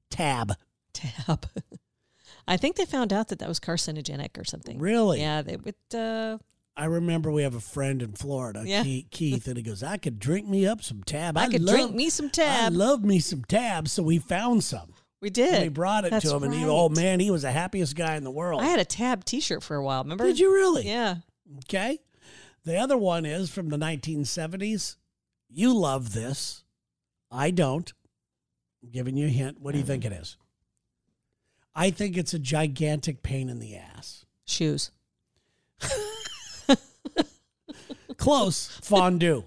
[SPEAKER 1] Tab,
[SPEAKER 2] tab. <laughs> I think they found out that that was carcinogenic or something.
[SPEAKER 1] really?
[SPEAKER 2] Yeah, they would. Uh,
[SPEAKER 1] I remember we have a friend in Florida,
[SPEAKER 2] Yeah.
[SPEAKER 1] Keith, Keith, and he goes, "I could drink me up some tab.
[SPEAKER 2] I,
[SPEAKER 1] I,
[SPEAKER 2] could
[SPEAKER 1] love,
[SPEAKER 2] drink me some
[SPEAKER 1] I
[SPEAKER 2] tab.
[SPEAKER 1] love me some tab." So we found some.
[SPEAKER 2] we
[SPEAKER 1] And
[SPEAKER 2] did.
[SPEAKER 1] we brought it
[SPEAKER 2] That's
[SPEAKER 1] to him, and he, oh
[SPEAKER 2] right.
[SPEAKER 1] man, he was the happiest guy in the world.
[SPEAKER 2] I had a tab T-shirt for a while. Remember?
[SPEAKER 1] Did you really?
[SPEAKER 2] Yeah.
[SPEAKER 1] Okay. The other one is from the 1970s. You love this. I don't. I'm giving you a hint. What do you think it is? I think it's a gigantic pain in the ass. <laughs>
[SPEAKER 2] Shoes. <laughs>
[SPEAKER 1] Close fondue.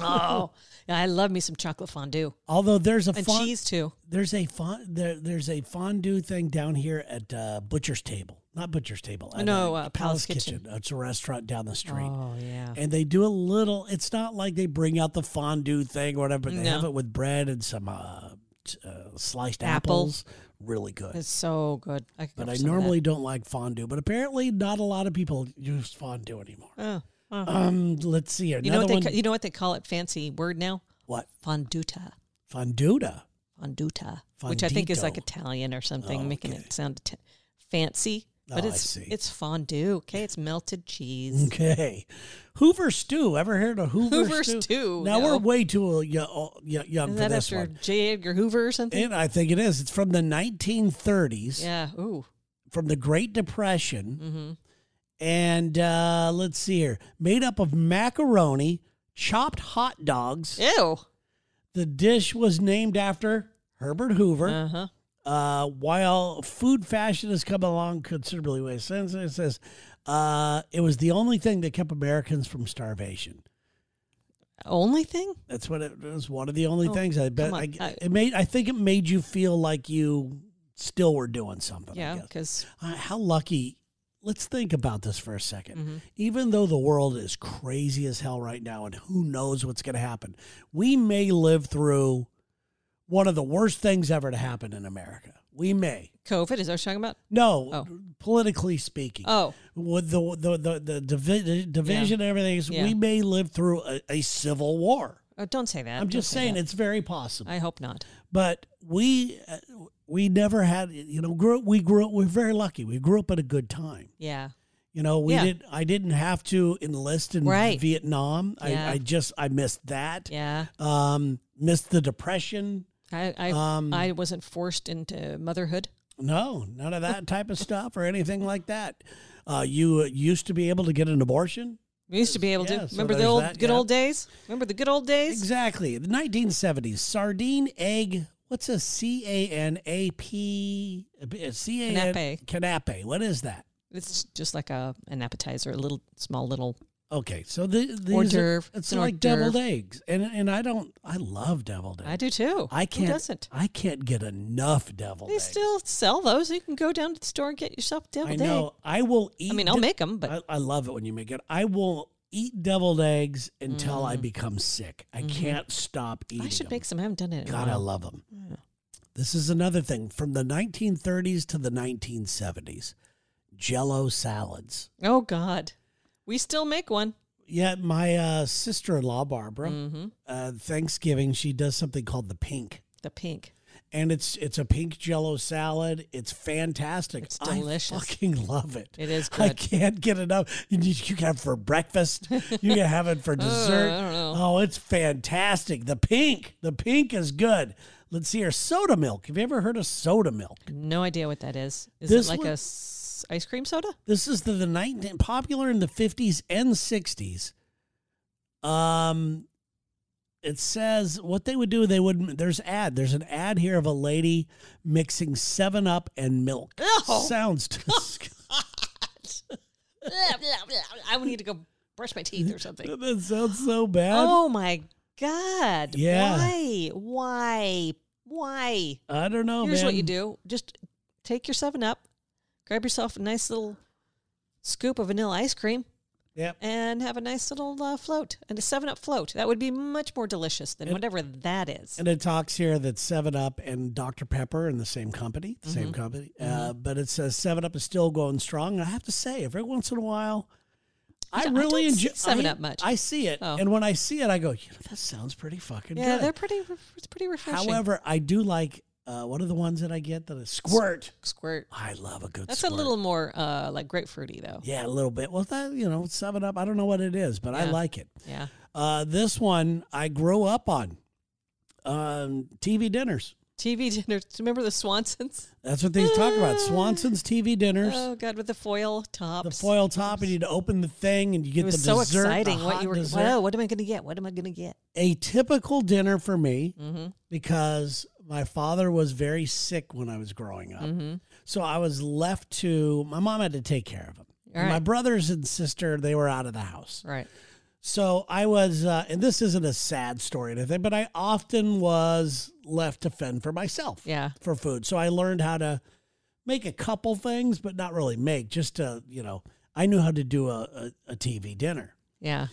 [SPEAKER 2] Oh, yeah, I love me some chocolate fondue
[SPEAKER 1] Although there's a
[SPEAKER 2] and
[SPEAKER 1] fon-
[SPEAKER 2] cheese too.
[SPEAKER 1] there's a fond there, there's a fondue thing down here at uh, Butcher's Table, not Butcher's Table. at,
[SPEAKER 2] No, uh, Palace
[SPEAKER 1] It's a restaurant down the street.
[SPEAKER 2] Oh yeah.
[SPEAKER 1] and they do a little. It's not like they bring out the fondue thing or whatever. But they
[SPEAKER 2] No.
[SPEAKER 1] have it with bread and some uh, t- uh, sliced
[SPEAKER 2] Apple.
[SPEAKER 1] apples. Really good.
[SPEAKER 2] It's so good. I could
[SPEAKER 1] but
[SPEAKER 2] go
[SPEAKER 1] I
[SPEAKER 2] for some of that.
[SPEAKER 1] normally don't like fondue. But apparently, not a lot of people use fondue anymore.
[SPEAKER 2] Oh, wow.
[SPEAKER 1] Um, let's see here.
[SPEAKER 2] you know
[SPEAKER 1] Another
[SPEAKER 2] what they
[SPEAKER 1] one.
[SPEAKER 2] ca- you know what they call it? Fancy word now?
[SPEAKER 1] what
[SPEAKER 2] Fonduta.
[SPEAKER 1] fonduta?
[SPEAKER 2] fonduta, which I think is like
[SPEAKER 1] Fondito.
[SPEAKER 2] Italian or something,
[SPEAKER 1] Oh,
[SPEAKER 2] making
[SPEAKER 1] okay.
[SPEAKER 2] it sound Ita- fancy.
[SPEAKER 1] Oh,
[SPEAKER 2] But
[SPEAKER 1] I
[SPEAKER 2] it's
[SPEAKER 1] see. Mm,
[SPEAKER 2] it's fondue. Okay, it's melted cheese.
[SPEAKER 1] Okay, Hoover stew. Ever heard of Hoover,
[SPEAKER 2] Hoover
[SPEAKER 1] stew?
[SPEAKER 2] stew,
[SPEAKER 1] Now
[SPEAKER 2] no.
[SPEAKER 1] we're way too uh, yo- uh, yo- young
[SPEAKER 2] Is
[SPEAKER 1] for
[SPEAKER 2] that
[SPEAKER 1] this
[SPEAKER 2] after
[SPEAKER 1] one.
[SPEAKER 2] J. Edgar Hoover or something?
[SPEAKER 1] And I think it is. It's from the 1930s,
[SPEAKER 2] yeah. Ooh.
[SPEAKER 1] from the Great Depression.
[SPEAKER 2] hmm
[SPEAKER 1] and uh, let's see here, made up of macaroni, chopped hot dogs.
[SPEAKER 2] Ew.
[SPEAKER 1] The dish was named after Herbert Hoover.
[SPEAKER 2] Uh huh.
[SPEAKER 1] Uh, while food fashion has come along considerably way since, it says uh, it was the only thing that kept Americans from starvation.
[SPEAKER 2] Only thing?
[SPEAKER 1] That's what it was. One of the only
[SPEAKER 2] Oh,
[SPEAKER 1] things I bet.
[SPEAKER 2] come on.
[SPEAKER 1] I,
[SPEAKER 2] I-
[SPEAKER 1] it made. I think it made you feel like you still were doing something. I
[SPEAKER 2] Yeah,
[SPEAKER 1] guess.
[SPEAKER 2] because
[SPEAKER 1] Uh, how lucky. Let's think about this for a 2nd
[SPEAKER 2] Mm-hmm.
[SPEAKER 1] Even though the world is crazy as hell right now and who knows what's going to happen, we may live through one of the worst things ever to happen in America. We may.
[SPEAKER 2] COVID is that what you're talking about?
[SPEAKER 1] No,
[SPEAKER 2] Oh.
[SPEAKER 1] politically speaking,
[SPEAKER 2] Oh,
[SPEAKER 1] with the the the, the divi- division and everything, is we
[SPEAKER 2] Yeah.
[SPEAKER 1] may live through a, a civil war.
[SPEAKER 2] oh don't say that.
[SPEAKER 1] I'm
[SPEAKER 2] Don't
[SPEAKER 1] just
[SPEAKER 2] say
[SPEAKER 1] saying
[SPEAKER 2] that.
[SPEAKER 1] it's very possible
[SPEAKER 2] I hope not.
[SPEAKER 1] but we uh, we never had you know grew we grew up we're very lucky we grew up at a good time
[SPEAKER 2] Yeah.
[SPEAKER 1] you know we
[SPEAKER 2] Yeah.
[SPEAKER 1] did I didn't have to enlist in
[SPEAKER 2] Right.
[SPEAKER 1] Vietnam
[SPEAKER 2] Yeah.
[SPEAKER 1] I, I just I missed that
[SPEAKER 2] Yeah.
[SPEAKER 1] um missed the depression
[SPEAKER 2] I I,
[SPEAKER 1] Um,
[SPEAKER 2] I wasn't forced into motherhood.
[SPEAKER 1] no none of that type of stuff or anything like that uh, you used to be able to get an abortion
[SPEAKER 2] We used to be able
[SPEAKER 1] yeah,
[SPEAKER 2] to.
[SPEAKER 1] so
[SPEAKER 2] Remember the
[SPEAKER 1] there's
[SPEAKER 2] old
[SPEAKER 1] that,
[SPEAKER 2] good
[SPEAKER 1] yeah.
[SPEAKER 2] old days? Remember the good old days?
[SPEAKER 1] exactly the 1970s sardine egg what's a C A N A P C A N
[SPEAKER 2] Canape.
[SPEAKER 1] canape what is that
[SPEAKER 2] It's just like a an appetizer, a little small little.
[SPEAKER 1] Okay, so the, these
[SPEAKER 2] Hors
[SPEAKER 1] are-
[SPEAKER 2] d'oeuvre.
[SPEAKER 1] it's
[SPEAKER 2] It's an hors
[SPEAKER 1] like deviled
[SPEAKER 2] d'oeuvre.
[SPEAKER 1] eggs, and and I don't I love deviled
[SPEAKER 2] I
[SPEAKER 1] eggs.
[SPEAKER 2] do too.
[SPEAKER 1] I, can't
[SPEAKER 2] Who doesn't?
[SPEAKER 1] I can't get enough deviled
[SPEAKER 2] They
[SPEAKER 1] eggs.
[SPEAKER 2] still sell those. You can go down to the store and get yourself a
[SPEAKER 1] I
[SPEAKER 2] deviled
[SPEAKER 1] know I
[SPEAKER 2] egg.
[SPEAKER 1] will eat.
[SPEAKER 2] I mean, I'll
[SPEAKER 1] de-
[SPEAKER 2] make them, but
[SPEAKER 1] I, I love it when you make it. I will eat deviled eggs until I become sick. I can't stop eating.
[SPEAKER 2] Mm. Mm-hmm. I should
[SPEAKER 1] them.
[SPEAKER 2] make some. I haven't done it. In a
[SPEAKER 1] God, I
[SPEAKER 2] while.
[SPEAKER 1] love them. This is another thing from the 1930s to the 1970s. Jello salads.
[SPEAKER 2] Oh God, we still make one.
[SPEAKER 1] Yeah, my uh, sister-in-law Barbara,
[SPEAKER 2] hmm
[SPEAKER 1] uh, Thanksgiving she does something called the pink,
[SPEAKER 2] The pink.
[SPEAKER 1] and it's it's a pink Jello salad. It's fantastic.
[SPEAKER 2] It's delicious.
[SPEAKER 1] I fucking love it.
[SPEAKER 2] It is
[SPEAKER 1] I
[SPEAKER 2] good.
[SPEAKER 1] can't get enough. You, you can have it for breakfast. You can have
[SPEAKER 2] <laughs>
[SPEAKER 1] it for dessert.
[SPEAKER 2] Uh, I don't know.
[SPEAKER 1] Oh, it's fantastic. The pink, the pink is good. Let's see here. Soda milk. Have you ever heard of soda milk?
[SPEAKER 2] No idea what that is. Is
[SPEAKER 1] This
[SPEAKER 2] it like
[SPEAKER 1] one-
[SPEAKER 2] a s- ice
[SPEAKER 1] <laughs>
[SPEAKER 2] cream soda? <laughs>
[SPEAKER 1] This is the, the 19, popular in the 50s and 60s. Um it says what they would do they would there's ad there's an ad here of a lady mixing 7 up and milk.
[SPEAKER 2] Ew.
[SPEAKER 1] Sounds <laughs> disgusting.
[SPEAKER 2] Blah, blah, blah. I would need to go brush my teeth or something.
[SPEAKER 1] that sounds so bad.
[SPEAKER 2] Oh my God.
[SPEAKER 1] Yeah.
[SPEAKER 2] Why? Why? Why?
[SPEAKER 1] I don't know,
[SPEAKER 2] Here's
[SPEAKER 1] Oh, man.
[SPEAKER 2] what you do. Just take your 7 Up, grab yourself a nice little scoop of vanilla ice cream,
[SPEAKER 1] Yep.
[SPEAKER 2] and have a nice little uh, float and a 7 Up float. That would be much more delicious than whatever that is.
[SPEAKER 1] And it talks here that Seven Up and Dr Pepper in the same company, the
[SPEAKER 2] Mm-hmm.
[SPEAKER 1] same company. Uh, but it says Seven Up is still going strong. And I have to say, every once in a while, I
[SPEAKER 2] don't- I
[SPEAKER 1] really
[SPEAKER 2] don't see
[SPEAKER 1] enjoy
[SPEAKER 2] 7
[SPEAKER 1] I-
[SPEAKER 2] Up much.
[SPEAKER 1] I see it,
[SPEAKER 2] Oh.
[SPEAKER 1] and when I see it, I go, you know, that sounds pretty fucking
[SPEAKER 2] Yeah,
[SPEAKER 1] good.
[SPEAKER 2] they're pretty. re- It's pretty refreshing.
[SPEAKER 1] However, I do like uh, one of the ones that I get that is squirt.
[SPEAKER 2] squirt.
[SPEAKER 1] I love a good.
[SPEAKER 2] That's
[SPEAKER 1] squirt.
[SPEAKER 2] a little more uh, like grapefruity though.
[SPEAKER 1] Yeah, a little bit. Well, that you know, Seven Up. I don't know what it is, but I
[SPEAKER 2] Yeah.
[SPEAKER 1] like it.
[SPEAKER 2] Yeah.
[SPEAKER 1] Uh, this one I grew up on. Um, TV dinners.
[SPEAKER 2] TV dinners. Remember the Swansons?
[SPEAKER 1] That's what they talk about. Swanson's TV dinners.
[SPEAKER 2] Oh god, with the foil tops.
[SPEAKER 1] the foil top, and you'd open the thing, and you get
[SPEAKER 2] It was
[SPEAKER 1] the
[SPEAKER 2] so
[SPEAKER 1] dessert. the
[SPEAKER 2] exciting. What
[SPEAKER 1] hot
[SPEAKER 2] you were?
[SPEAKER 1] dessert.
[SPEAKER 2] Whoa, what am I going to get? What am I going to get?
[SPEAKER 1] A typical dinner for me
[SPEAKER 2] Mm-hmm.
[SPEAKER 1] because my father was very sick when I was growing up,
[SPEAKER 2] Mm-hmm.
[SPEAKER 1] so I was left to my mom had to take care of him.
[SPEAKER 2] All right.
[SPEAKER 1] My brothers and sister they were out of the house,
[SPEAKER 2] Right.
[SPEAKER 1] so I was. Uh, and this isn't a sad story or anything, but I often was left to fend for myself.
[SPEAKER 2] Yeah.
[SPEAKER 1] for food. So I learned how to make a couple things, but not really make, just to, you know, I knew how to do a, a, a TV dinner.
[SPEAKER 2] Yeah.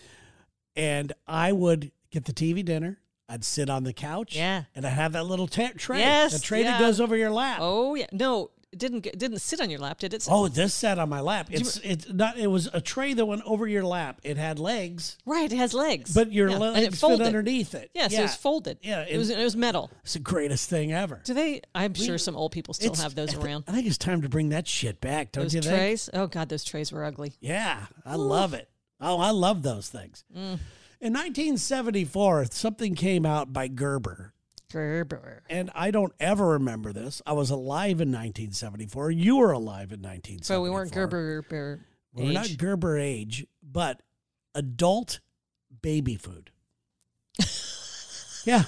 [SPEAKER 1] And I would get the TV dinner, I'd sit on the couch,
[SPEAKER 2] Yeah.
[SPEAKER 1] and I'd have that little ta- tray,
[SPEAKER 2] Yes,
[SPEAKER 1] the tray that
[SPEAKER 2] yeah.
[SPEAKER 1] goes over your lap. Oh.
[SPEAKER 2] Oh yeah. No, it didn't get, didn't sit on your lap, did it?
[SPEAKER 1] this sat on my lap. It's it's not. It was a tray that went over your lap. It had legs,
[SPEAKER 2] Right. It has legs.
[SPEAKER 1] but your
[SPEAKER 2] Yeah, and it
[SPEAKER 1] legs fit
[SPEAKER 2] folded.
[SPEAKER 1] underneath it.
[SPEAKER 2] Yes, it was folded.
[SPEAKER 1] Yeah,
[SPEAKER 2] It, was. It was metal.
[SPEAKER 1] It's the greatest thing ever.
[SPEAKER 2] Do they? I'm sure some old people still
[SPEAKER 1] It's-
[SPEAKER 2] have those
[SPEAKER 1] I thi-
[SPEAKER 2] around.
[SPEAKER 1] I think it's time to bring that shit back. Don't
[SPEAKER 2] Those
[SPEAKER 1] you think?
[SPEAKER 2] trays. Oh god, those trays were ugly.
[SPEAKER 1] Yeah, I love it. Oh, I love those things.
[SPEAKER 2] Mm.
[SPEAKER 1] In 1974, something came out by Gerber,
[SPEAKER 2] Gerber.
[SPEAKER 1] and I don't ever remember this. I was alive in 1974. You were alive in 1974.
[SPEAKER 2] So we weren't Gerber. Gerber
[SPEAKER 1] We We're not
[SPEAKER 2] age.
[SPEAKER 1] Gerber age, but adult baby
[SPEAKER 2] <laughs>
[SPEAKER 1] food. yeah,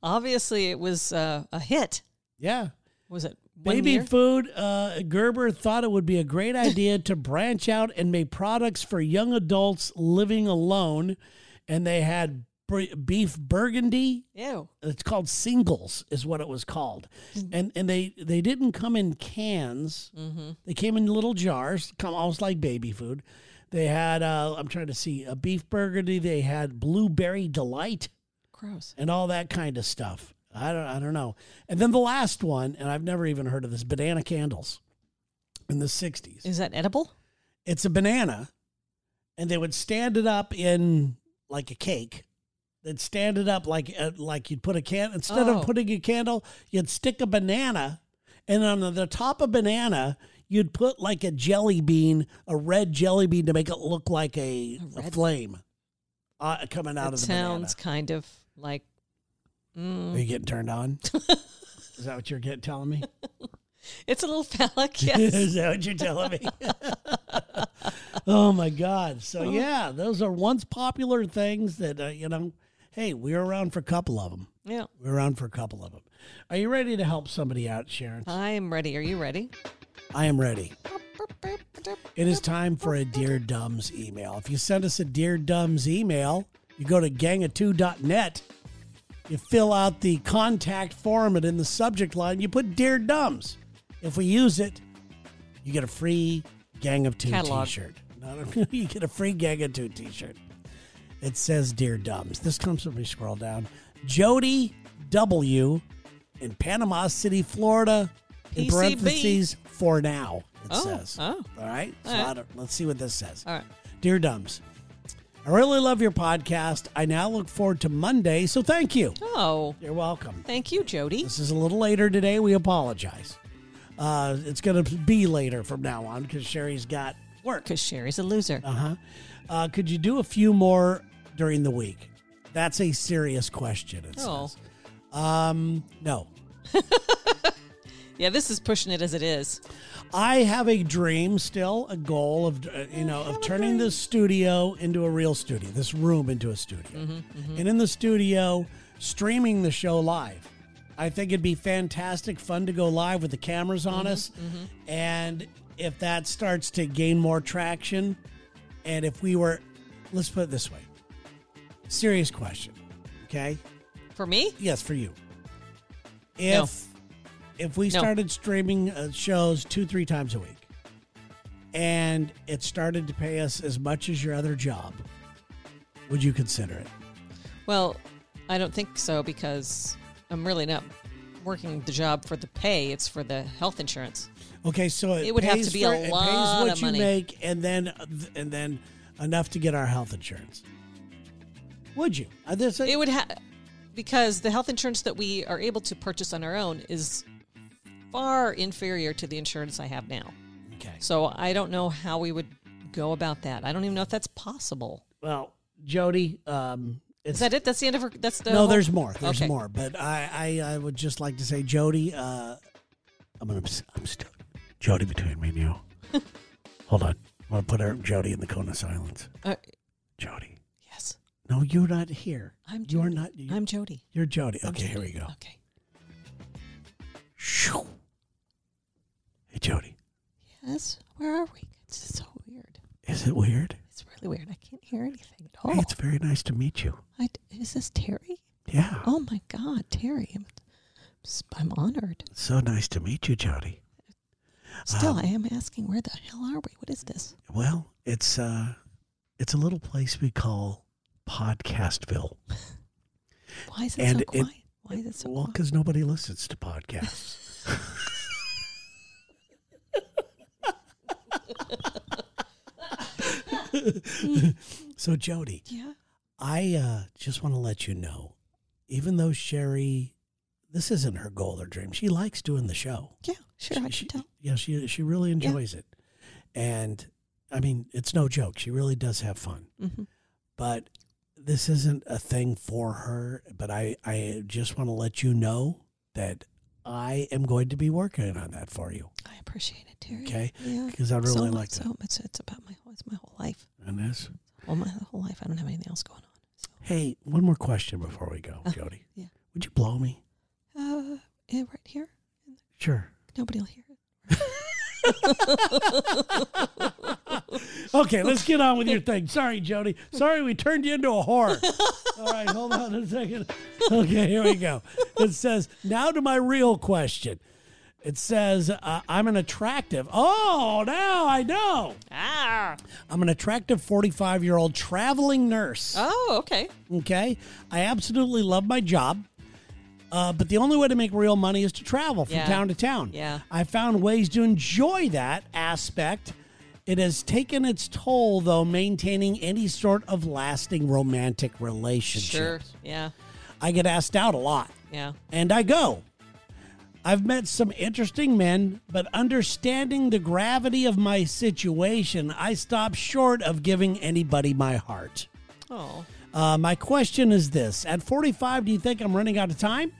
[SPEAKER 2] Obviously, it was uh, a hit.
[SPEAKER 1] yeah.
[SPEAKER 2] Was it one
[SPEAKER 1] Baby
[SPEAKER 2] year?
[SPEAKER 1] food, uh, Gerber thought it would be a
[SPEAKER 2] <laughs>
[SPEAKER 1] great idea to branch out and make products for young adults living alone. And they had br- beef burgundy.
[SPEAKER 2] Ew.
[SPEAKER 1] It's called singles, is what it was called.
[SPEAKER 2] Mm.
[SPEAKER 1] And and they, they didn't come in cans,
[SPEAKER 2] Mm-hmm.
[SPEAKER 1] they came in little jars, come almost like baby food. They had, uh, I'm trying to see, a beef burgundy. They had blueberry delight
[SPEAKER 2] Gross.
[SPEAKER 1] and all that kind of stuff. I don't, I don't know. And then the last one, and I've never even heard of this banana candles in the 60s.
[SPEAKER 2] Is that edible?
[SPEAKER 1] It's a banana, and they would stand it up in like a cake. They'd stand it up like uh, like you'd put a can instead
[SPEAKER 2] Oh.
[SPEAKER 1] of putting a candle, you'd stick a banana, and on the, the top of banana, you'd put like a jelly bean, a red jelly bean to make it look like a,
[SPEAKER 2] A
[SPEAKER 1] a,
[SPEAKER 2] red-
[SPEAKER 1] flame uh, coming out
[SPEAKER 2] It
[SPEAKER 1] of the banana.
[SPEAKER 2] sounds kind of like. Mm,
[SPEAKER 1] Are you getting turned
[SPEAKER 2] <laughs>
[SPEAKER 1] on? Is that what you're get, telling me?
[SPEAKER 2] it's a
[SPEAKER 1] <laughs>
[SPEAKER 2] little phallic. <laughs> Yes.
[SPEAKER 1] Is that what you're telling me? <laughs> oh my God! So
[SPEAKER 2] Uh-huh.
[SPEAKER 1] yeah, those are once popular things that uh, you know. Hey, we were around for a couple of them.
[SPEAKER 2] yeah.
[SPEAKER 1] We were around for a couple of them.
[SPEAKER 2] Uh,
[SPEAKER 1] Are you ready to help somebody out, Sharon?
[SPEAKER 2] I am ready. Are you ready?
[SPEAKER 1] I am ready. It is time for a Dear Dumbs email. If you send us a Dear Dumbs email, you go to gangatwo.net, you fill out the contact form, and in the subject line, you put Dear Dumbs. If we use it, you get a free Gang of Two
[SPEAKER 2] Catalog.
[SPEAKER 1] t shirt. You get a <laughs> free Gang of Two t shirt. It says Dear Dumbs. This comes from me scroll down. Jody W. in Panama City, Florida. In
[SPEAKER 2] PCB.
[SPEAKER 1] parentheses, for now, it
[SPEAKER 2] Oh,
[SPEAKER 1] says.
[SPEAKER 2] oh.
[SPEAKER 1] All right. So
[SPEAKER 2] All right.
[SPEAKER 1] I don't, let's see what this says.
[SPEAKER 2] All right.
[SPEAKER 1] Dear Dumbs, I really love your podcast. I now look forward to Monday, so thank you.
[SPEAKER 2] Oh,
[SPEAKER 1] You're welcome.
[SPEAKER 2] thank you, Jody.
[SPEAKER 1] This is a little later today. We apologize. Uh, it's going to be later from now on because Sherry's got work.
[SPEAKER 2] Because Sherry's a loser.
[SPEAKER 1] Uh-huh. Uh, could you do a few more during the week? That's a serious question. It
[SPEAKER 2] Oh.
[SPEAKER 1] says. Um, no.
[SPEAKER 2] Yeah, this is pushing it as it is.
[SPEAKER 1] I have a dream still, a goal of uh, you know of turning this studio into a real studio, this room into a studio, and in the studio streaming the show live. I think it'd be fantastic fun to go live with the cameras on us, and if that starts to gain more traction, and if we were, let's put it this way, serious question, okay?
[SPEAKER 2] For me?
[SPEAKER 1] Yes, for you. If if we
[SPEAKER 2] No.
[SPEAKER 1] started streaming uh, shows two three times a week, and it started to pay us as much as your other job, would you consider it?
[SPEAKER 2] Well, I don't think so because I'm really not working the job for the pay, it's for the health insurance.
[SPEAKER 1] Okay, so it,
[SPEAKER 2] It would have
[SPEAKER 1] pays
[SPEAKER 2] to be
[SPEAKER 1] for-
[SPEAKER 2] a
[SPEAKER 1] it pays
[SPEAKER 2] lot
[SPEAKER 1] what
[SPEAKER 2] of
[SPEAKER 1] you
[SPEAKER 2] money.
[SPEAKER 1] make, and then and then enough to get our health insurance. Would you? Uh, this-
[SPEAKER 2] It would have because the health insurance that we are able to purchase on our own is far inferior to the insurance I have now.
[SPEAKER 1] okay.
[SPEAKER 2] So I don't know how we would go about that. I don't even know if that's possible.
[SPEAKER 1] Well, Jody, um,
[SPEAKER 2] Is
[SPEAKER 1] it's
[SPEAKER 2] that it? That's the end of her. That's the
[SPEAKER 1] no,
[SPEAKER 2] whole-
[SPEAKER 1] there's more. There's
[SPEAKER 2] Okay.
[SPEAKER 1] more. But I, I, I would just like to say, Jody, uh, I'm gonna, I'm still Jody between me and
[SPEAKER 2] <laughs>
[SPEAKER 1] you. Hold on, I'm gonna put our, Jody in the cone of silence.
[SPEAKER 2] Uh,
[SPEAKER 1] Jody,
[SPEAKER 2] yes,
[SPEAKER 1] no, you're not here.
[SPEAKER 2] I'm.
[SPEAKER 1] You are
[SPEAKER 2] Jody.
[SPEAKER 1] not. You,
[SPEAKER 2] I'm Jody.
[SPEAKER 1] you're Jody.
[SPEAKER 2] I'm
[SPEAKER 1] Okay, here we
[SPEAKER 2] Jody.
[SPEAKER 1] go.
[SPEAKER 2] Okay.
[SPEAKER 1] Shoo. Hey, Jody,
[SPEAKER 2] Yes. Where are we? It's just so weird.
[SPEAKER 1] is it weird?
[SPEAKER 2] It's really weird. I can't hear anything at
[SPEAKER 1] Hey,
[SPEAKER 2] all.
[SPEAKER 1] it's very nice to meet you.
[SPEAKER 2] I, is this Terry?
[SPEAKER 1] Yeah,
[SPEAKER 2] Oh my God, Terry! I'm, I'm honored.
[SPEAKER 1] so nice to meet you, Jody.
[SPEAKER 2] Still,
[SPEAKER 1] Um,
[SPEAKER 2] I am asking, where the hell are we? What is this?
[SPEAKER 1] Well, it's uh, it's a little place we call Podcastville.
[SPEAKER 2] Why is it
[SPEAKER 1] and
[SPEAKER 2] so
[SPEAKER 1] it-
[SPEAKER 2] quiet? Why is it so
[SPEAKER 1] well,
[SPEAKER 2] quiet?
[SPEAKER 1] because nobody listens to
[SPEAKER 2] <laughs>
[SPEAKER 1] podcasts. so, Jody,
[SPEAKER 2] Yeah.
[SPEAKER 1] I uh, just want to let you know, even though Sherry, this isn't her goal or dream. She likes doing the show.
[SPEAKER 2] Yeah. Sure, I
[SPEAKER 1] She-
[SPEAKER 2] can
[SPEAKER 1] she-
[SPEAKER 2] tell.
[SPEAKER 1] Yeah, she she really enjoys it, and I mean, it's no joke. She really does have fun
[SPEAKER 2] hmm
[SPEAKER 1] but this isn't a thing for her. But I, I just want to let you know that I am going to be working on that for you.
[SPEAKER 2] I appreciate it, Terry.
[SPEAKER 1] Okay.
[SPEAKER 2] Yeah.
[SPEAKER 1] Because I really
[SPEAKER 2] so much,
[SPEAKER 1] like that.
[SPEAKER 2] so much. It's about my whole. It's my whole life.
[SPEAKER 1] And this.
[SPEAKER 2] Well, my whole life. I don't have anything else going on.
[SPEAKER 1] Hey, one more question before we go,
[SPEAKER 2] Uh,
[SPEAKER 1] Jody.
[SPEAKER 2] yeah.
[SPEAKER 1] Would you blow me?
[SPEAKER 2] So, uh, yeah, right here.
[SPEAKER 1] Sure.
[SPEAKER 2] Nobody will hear it.
[SPEAKER 1] Okay, let's get on with
[SPEAKER 2] <laughs>
[SPEAKER 1] your thing. Sorry, Jody. Sorry, we turned you into a whore. All right, hold on a second. Okay, here we go. It says, now to my real question. It says, uh, I'm an attractive. Oh, now I know.
[SPEAKER 2] Ah.
[SPEAKER 1] I'm an attractive 45 year old traveling nurse.
[SPEAKER 2] Oh, okay.
[SPEAKER 1] Okay. I absolutely love my job. Uh, but the only way to make real money is to travel from
[SPEAKER 2] Yeah.
[SPEAKER 1] town to town.
[SPEAKER 2] Yeah.
[SPEAKER 1] I found ways to enjoy that aspect. It has taken its toll, though, maintaining any sort of lasting romantic relationship.
[SPEAKER 2] Sure. Yeah.
[SPEAKER 1] I get asked out a lot
[SPEAKER 2] Yeah.
[SPEAKER 1] and I go. I've met some interesting men, but understanding the gravity of my situation, I stop short of giving anybody my heart.
[SPEAKER 2] Oh.
[SPEAKER 1] Uh, my question is this At 45, do you think I'm running out of time?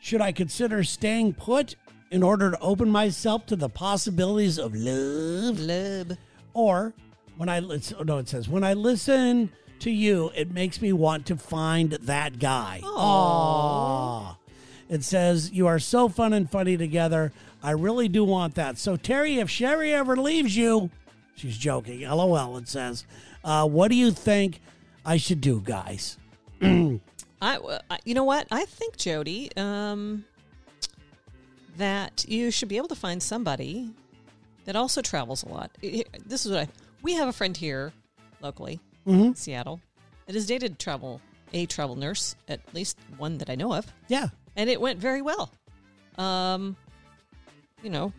[SPEAKER 1] Should I consider staying put in order to open myself to the possibilities of love?
[SPEAKER 2] Lib.
[SPEAKER 1] Or when I listen, no, it says, when I listen to you, it makes me want to find that guy. Aww. It says, you are so fun and funny together. I really do want that. So, Terry, if Sherry ever leaves you, she's joking. LOL, it says. Uh, what do you think I should do, guys?
[SPEAKER 2] I, I- you know what? I think Jody, um, that you should be able to find somebody that also travels a lot. I- I- This is what I. We have a friend here, locally, in Seattle, that has dated travel a travel nurse, at least one that I know of,
[SPEAKER 1] Yeah.
[SPEAKER 2] and it went very well. Um, you know,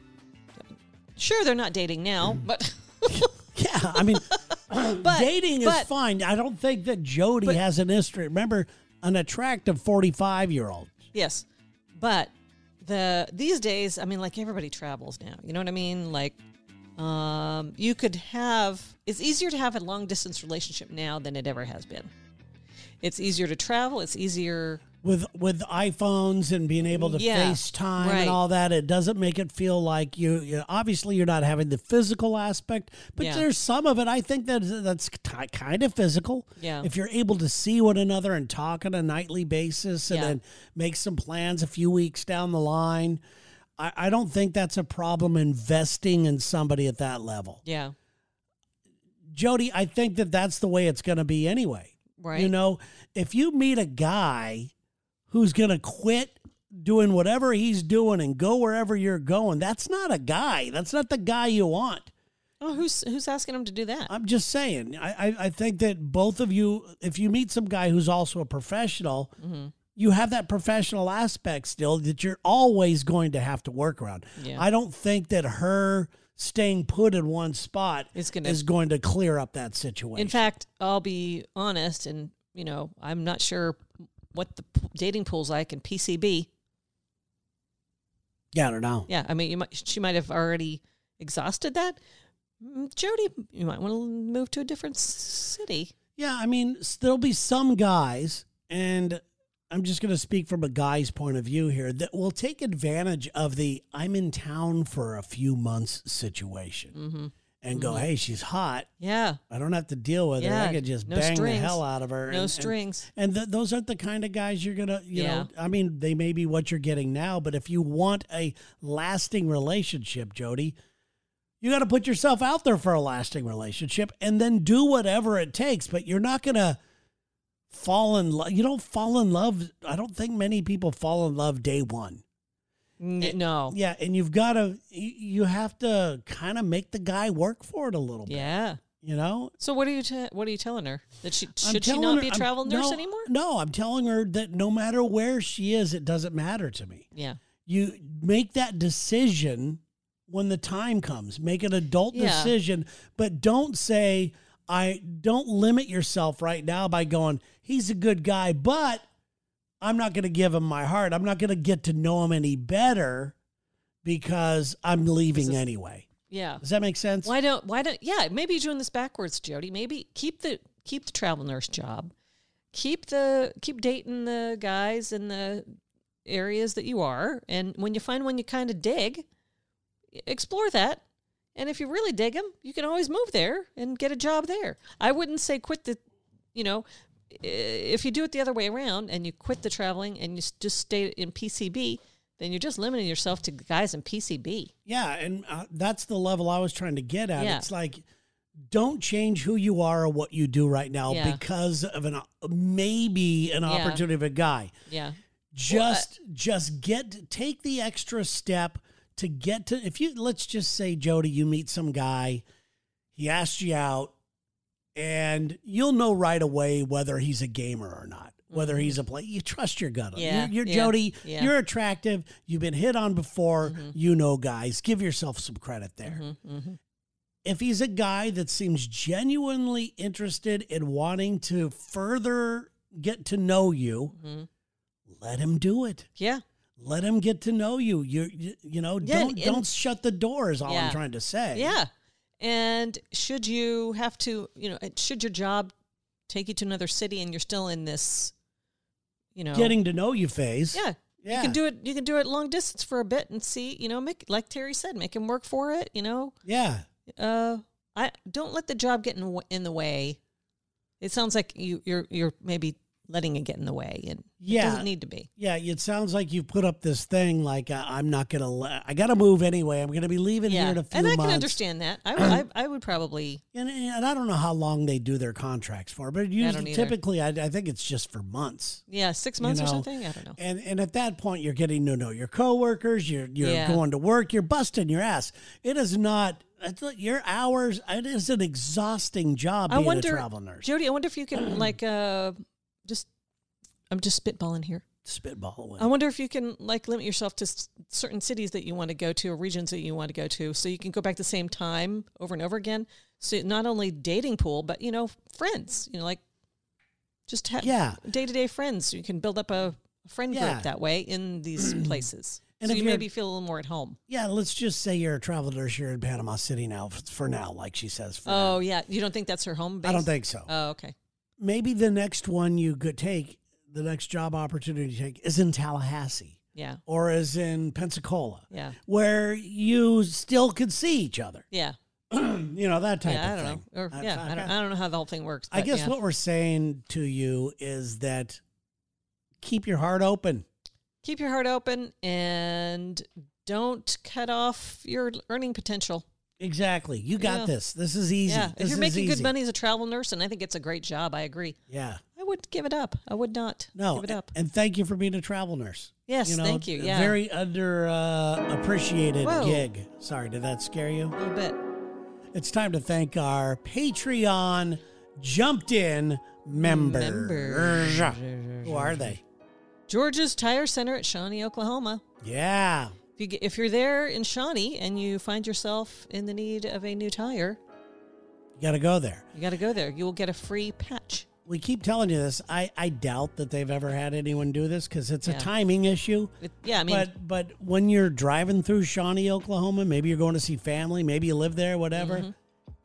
[SPEAKER 2] sure they're not dating now, but
[SPEAKER 1] <laughs>
[SPEAKER 2] <laughs>
[SPEAKER 1] Yeah. I mean,
[SPEAKER 2] <coughs> but
[SPEAKER 1] dating is
[SPEAKER 2] but
[SPEAKER 1] fine. I don't think that Jody
[SPEAKER 2] But-
[SPEAKER 1] has an history. Remember, an attractive 45 year old.
[SPEAKER 2] Yes, but the these days, I mean, like everybody travels now. You know what I mean? Like, um, you could have. It's easier to have a long distance relationship now than it ever has been. It's easier to travel. It's easier.
[SPEAKER 1] With, with iPhones and being able to
[SPEAKER 2] Yeah,
[SPEAKER 1] FaceTime
[SPEAKER 2] right.
[SPEAKER 1] and all that, it doesn't make it feel like you, you- obviously you're not having the physical aspect, but
[SPEAKER 2] Yeah.
[SPEAKER 1] there's some of it I think that that's ki kind of physical.
[SPEAKER 2] Yeah.
[SPEAKER 1] If you're able to see one another and talk on a nightly basis and
[SPEAKER 2] Yeah.
[SPEAKER 1] then make some plans a few weeks down the line, I, I don't think that's a problem investing in somebody at that level.
[SPEAKER 2] Yeah.
[SPEAKER 1] Jody, I think that that's the way it's going to be anyway.
[SPEAKER 2] Right.
[SPEAKER 1] You know, if you meet a guy who's going to quit doing whatever he's doing and go wherever you're going, that's not a guy. That's not the guy you want.
[SPEAKER 2] Oh, who's who's asking him to do that?
[SPEAKER 1] I'm just saying. I, I, I think that both of you, if you meet some guy who's also a professional,
[SPEAKER 2] Mm-hmm.
[SPEAKER 1] you have that professional aspect still that you're always going to have to work around.
[SPEAKER 2] Yeah.
[SPEAKER 1] I don't think that her staying put in one spot
[SPEAKER 2] It's gonna-
[SPEAKER 1] is going to clear up that situation.
[SPEAKER 2] In fact, I'll be honest, and you know, I'm not sure what the p- dating pool's like in PCB.
[SPEAKER 1] yeah, I don't know.
[SPEAKER 2] Yeah, I mean, you might she might have already exhausted that. Mm, Jody, you might want to move to a different s- city.
[SPEAKER 1] Yeah, I mean, s- there'll be some guys, and I'm just going to speak from a guy's point of view here, that will take advantage of the I'm in town for a few months situation
[SPEAKER 2] Mm-hmm.
[SPEAKER 1] and go, hey, she's hot.
[SPEAKER 2] Yeah,
[SPEAKER 1] I don't have to deal with her.
[SPEAKER 2] Yeah,
[SPEAKER 1] I could just
[SPEAKER 2] no
[SPEAKER 1] bang
[SPEAKER 2] strings.
[SPEAKER 1] the hell out of her.
[SPEAKER 2] no
[SPEAKER 1] and- and-
[SPEAKER 2] strings.
[SPEAKER 1] And th- those aren't the kind of guys you're going to, you
[SPEAKER 2] Yeah.
[SPEAKER 1] know, I mean, they may be what you're getting now, but if you want a lasting relationship, Jody, you got to put yourself out there for a lasting relationship and then do whatever it takes, but you're not going to fall in love. You don't fall in love. I don't think many people fall in love day one.
[SPEAKER 2] N- no.
[SPEAKER 1] Yeah. And you've got to, you have to kind of make the guy work for it a little bit,
[SPEAKER 2] Yeah.
[SPEAKER 1] you know?
[SPEAKER 2] So what are you te- what are you telling her that she
[SPEAKER 1] I'm
[SPEAKER 2] should she
[SPEAKER 1] telling
[SPEAKER 2] not
[SPEAKER 1] her-
[SPEAKER 2] be a
[SPEAKER 1] I'm-
[SPEAKER 2] travel nurse
[SPEAKER 1] no,
[SPEAKER 2] anymore?
[SPEAKER 1] No, I'm telling her that no matter where she is, it doesn't matter to me.
[SPEAKER 2] Yeah.
[SPEAKER 1] You make that decision when the time comes. Make an adult
[SPEAKER 2] Yeah.
[SPEAKER 1] decision, but don't say I don't limit yourself right now by going, he's a good guy, but I'm not going to give him my heart. I'm not going to get to know him any better because I'm leaving anyway.
[SPEAKER 2] Yeah.
[SPEAKER 1] Does that make sense?
[SPEAKER 2] Why don't why don't yeah, maybe you're doing this backwards, Jody. Maybe keep the keep the travel nurse job. Keep the keep dating the guys in the areas that you are and when you find one you kind of dig, explore that. And if you really dig them, you can always move there and get a job there. I wouldn't say quit the you know, i- if you do it the other way around and you quit the traveling and you s- just stay in PCB, then you're just limiting yourself to guys in PCB.
[SPEAKER 1] Yeah, and uh, that's the level I was trying to get at.
[SPEAKER 2] Yeah.
[SPEAKER 1] It's like don't change who you are or what you do right now
[SPEAKER 2] Yeah.
[SPEAKER 1] because of an uh, maybe an
[SPEAKER 2] Yeah.
[SPEAKER 1] opportunity of a guy.
[SPEAKER 2] Yeah.
[SPEAKER 1] Just just get take the extra step to get to if you let's just say Jody you meet some guy, he asks you out and you'll know right away whether he's a gamer or not. Whether he's a play, you trust your gut.
[SPEAKER 2] Mm-hmm. Yeah,
[SPEAKER 1] you're, you're
[SPEAKER 2] yeah,
[SPEAKER 1] Jody.
[SPEAKER 2] yeah. Mm-hmm.
[SPEAKER 1] You're attractive. You've been hit on before. You know, guys, give yourself some credit there. If he's a guy that seems genuinely interested in wanting to further get to know you,
[SPEAKER 2] Mm-hmm.
[SPEAKER 1] let him do it.
[SPEAKER 2] Yeah.
[SPEAKER 1] Let him get to know you. You you, you know,
[SPEAKER 2] Yeah,
[SPEAKER 1] don't
[SPEAKER 2] and-
[SPEAKER 1] don't shut the door is all
[SPEAKER 2] Yeah.
[SPEAKER 1] I'm trying to say.
[SPEAKER 2] Yeah. And should you have to, you know, should your job take you to another city and you're still in this, you know,
[SPEAKER 1] Getting to know you phase.
[SPEAKER 2] yeah,
[SPEAKER 1] Yeah.
[SPEAKER 2] you can do it. You can do it long distance for a bit and see, you know, make like Terry said, make him work for it. You know,
[SPEAKER 1] Yeah.
[SPEAKER 2] uh, I don't let the job get in, the wa- in the way. It sounds like you, you're you're maybe letting it get in the way. And
[SPEAKER 1] Yeah.
[SPEAKER 2] it doesn't need to be.
[SPEAKER 1] Yeah, it sounds like you've put up this thing like uh, I'm not gonna. Le- I gotta move anyway. I'm gonna be leaving here
[SPEAKER 2] Yeah.
[SPEAKER 1] in a
[SPEAKER 2] And
[SPEAKER 1] few
[SPEAKER 2] I
[SPEAKER 1] months.
[SPEAKER 2] can understand that.
[SPEAKER 1] <clears throat>
[SPEAKER 2] I, would- I, I would probably,
[SPEAKER 1] And, and I don't know how long they do their contracts for, but
[SPEAKER 2] don't
[SPEAKER 1] usually,
[SPEAKER 2] either.
[SPEAKER 1] typically, I, I think it's just for months.
[SPEAKER 2] yeah, six months
[SPEAKER 1] know,
[SPEAKER 2] or something. I don't know.
[SPEAKER 1] And and at that point, you're getting to know your coworkers. You're you're
[SPEAKER 2] Yeah.
[SPEAKER 1] going to work. You're busting your ass. It is not it's like your hours. It is an exhausting job
[SPEAKER 2] I
[SPEAKER 1] being
[SPEAKER 2] wonder,
[SPEAKER 1] a travel nurse.
[SPEAKER 2] Jody, I wonder if you <clears throat> can like, uh, just, I'm just spitballing here.
[SPEAKER 1] Spitball.
[SPEAKER 2] I
[SPEAKER 1] Away.
[SPEAKER 2] wonder if you can like limit yourself to s- certain cities that you want to go to or regions that you want to go to, so you can go back the same time over and over again. So not only dating pool, but you know friends. You know, like just have
[SPEAKER 1] Yeah.
[SPEAKER 2] day to day friends. You can build up a friend
[SPEAKER 1] Yeah.
[SPEAKER 2] group that way in <clears throat> these places.
[SPEAKER 1] And
[SPEAKER 2] so
[SPEAKER 1] if
[SPEAKER 2] you
[SPEAKER 1] you're-
[SPEAKER 2] maybe feel a little more at home.
[SPEAKER 1] Yeah, let's just say you're a travel nurse. You're in Panama City now, f- for now, like she says. For now.
[SPEAKER 2] Oh yeah, you don't think that's her home base?
[SPEAKER 1] I don't think so.
[SPEAKER 2] Oh okay.
[SPEAKER 1] Maybe the next one you could take, the next job opportunity you take, is in Tallahassee
[SPEAKER 2] Yeah.
[SPEAKER 1] or is in Pensacola,
[SPEAKER 2] Yeah.
[SPEAKER 1] where you still could see each other.
[SPEAKER 2] Yeah.
[SPEAKER 1] you know that type
[SPEAKER 2] Yeah. I
[SPEAKER 1] of
[SPEAKER 2] don't
[SPEAKER 1] thing.
[SPEAKER 2] know. Or,
[SPEAKER 1] I-
[SPEAKER 2] yeah. I,
[SPEAKER 1] I-
[SPEAKER 2] don't. I don't know how the whole thing works.
[SPEAKER 1] I
[SPEAKER 2] but
[SPEAKER 1] guess
[SPEAKER 2] yeah.
[SPEAKER 1] what we're saying to you is that keep your heart open.
[SPEAKER 2] keep your heart open and don't cut off your earning potential.
[SPEAKER 1] Exactly. You got
[SPEAKER 2] Yeah.
[SPEAKER 1] this. This is easy.
[SPEAKER 2] Yeah,
[SPEAKER 1] This
[SPEAKER 2] if you're
[SPEAKER 1] is
[SPEAKER 2] making
[SPEAKER 1] easy.
[SPEAKER 2] good money as a travel nurse, and I think it's a great job, I agree.
[SPEAKER 1] Yeah.
[SPEAKER 2] I would give it up. I would not
[SPEAKER 1] No.
[SPEAKER 2] give it up.
[SPEAKER 1] And thank you for being a travel nurse.
[SPEAKER 2] Yes,
[SPEAKER 1] know,
[SPEAKER 2] thank you.
[SPEAKER 1] a
[SPEAKER 2] Yeah,
[SPEAKER 1] Very under uh, appreciated
[SPEAKER 2] Whoa.
[SPEAKER 1] gig. Sorry, did that scare you?
[SPEAKER 2] a little bit.
[SPEAKER 1] It's time to thank our Patreon jumped in members.
[SPEAKER 2] Members.
[SPEAKER 1] Who are they?
[SPEAKER 2] George's Tire Center at Shawnee, Oklahoma.
[SPEAKER 1] Yeah.
[SPEAKER 2] If you get, if you're there in Shawnee and you find yourself in the need of a new tire,
[SPEAKER 1] You got to go there.
[SPEAKER 2] you got to go there. You will get a free patch.
[SPEAKER 1] we keep telling you this. I, I doubt that they've ever had anyone do this because it's a
[SPEAKER 2] Yeah.
[SPEAKER 1] timing issue.
[SPEAKER 2] It- yeah, I mean,
[SPEAKER 1] but but when you're driving through Shawnee, Oklahoma, maybe you're going to see family, maybe you live there, whatever.
[SPEAKER 2] Mm-hmm.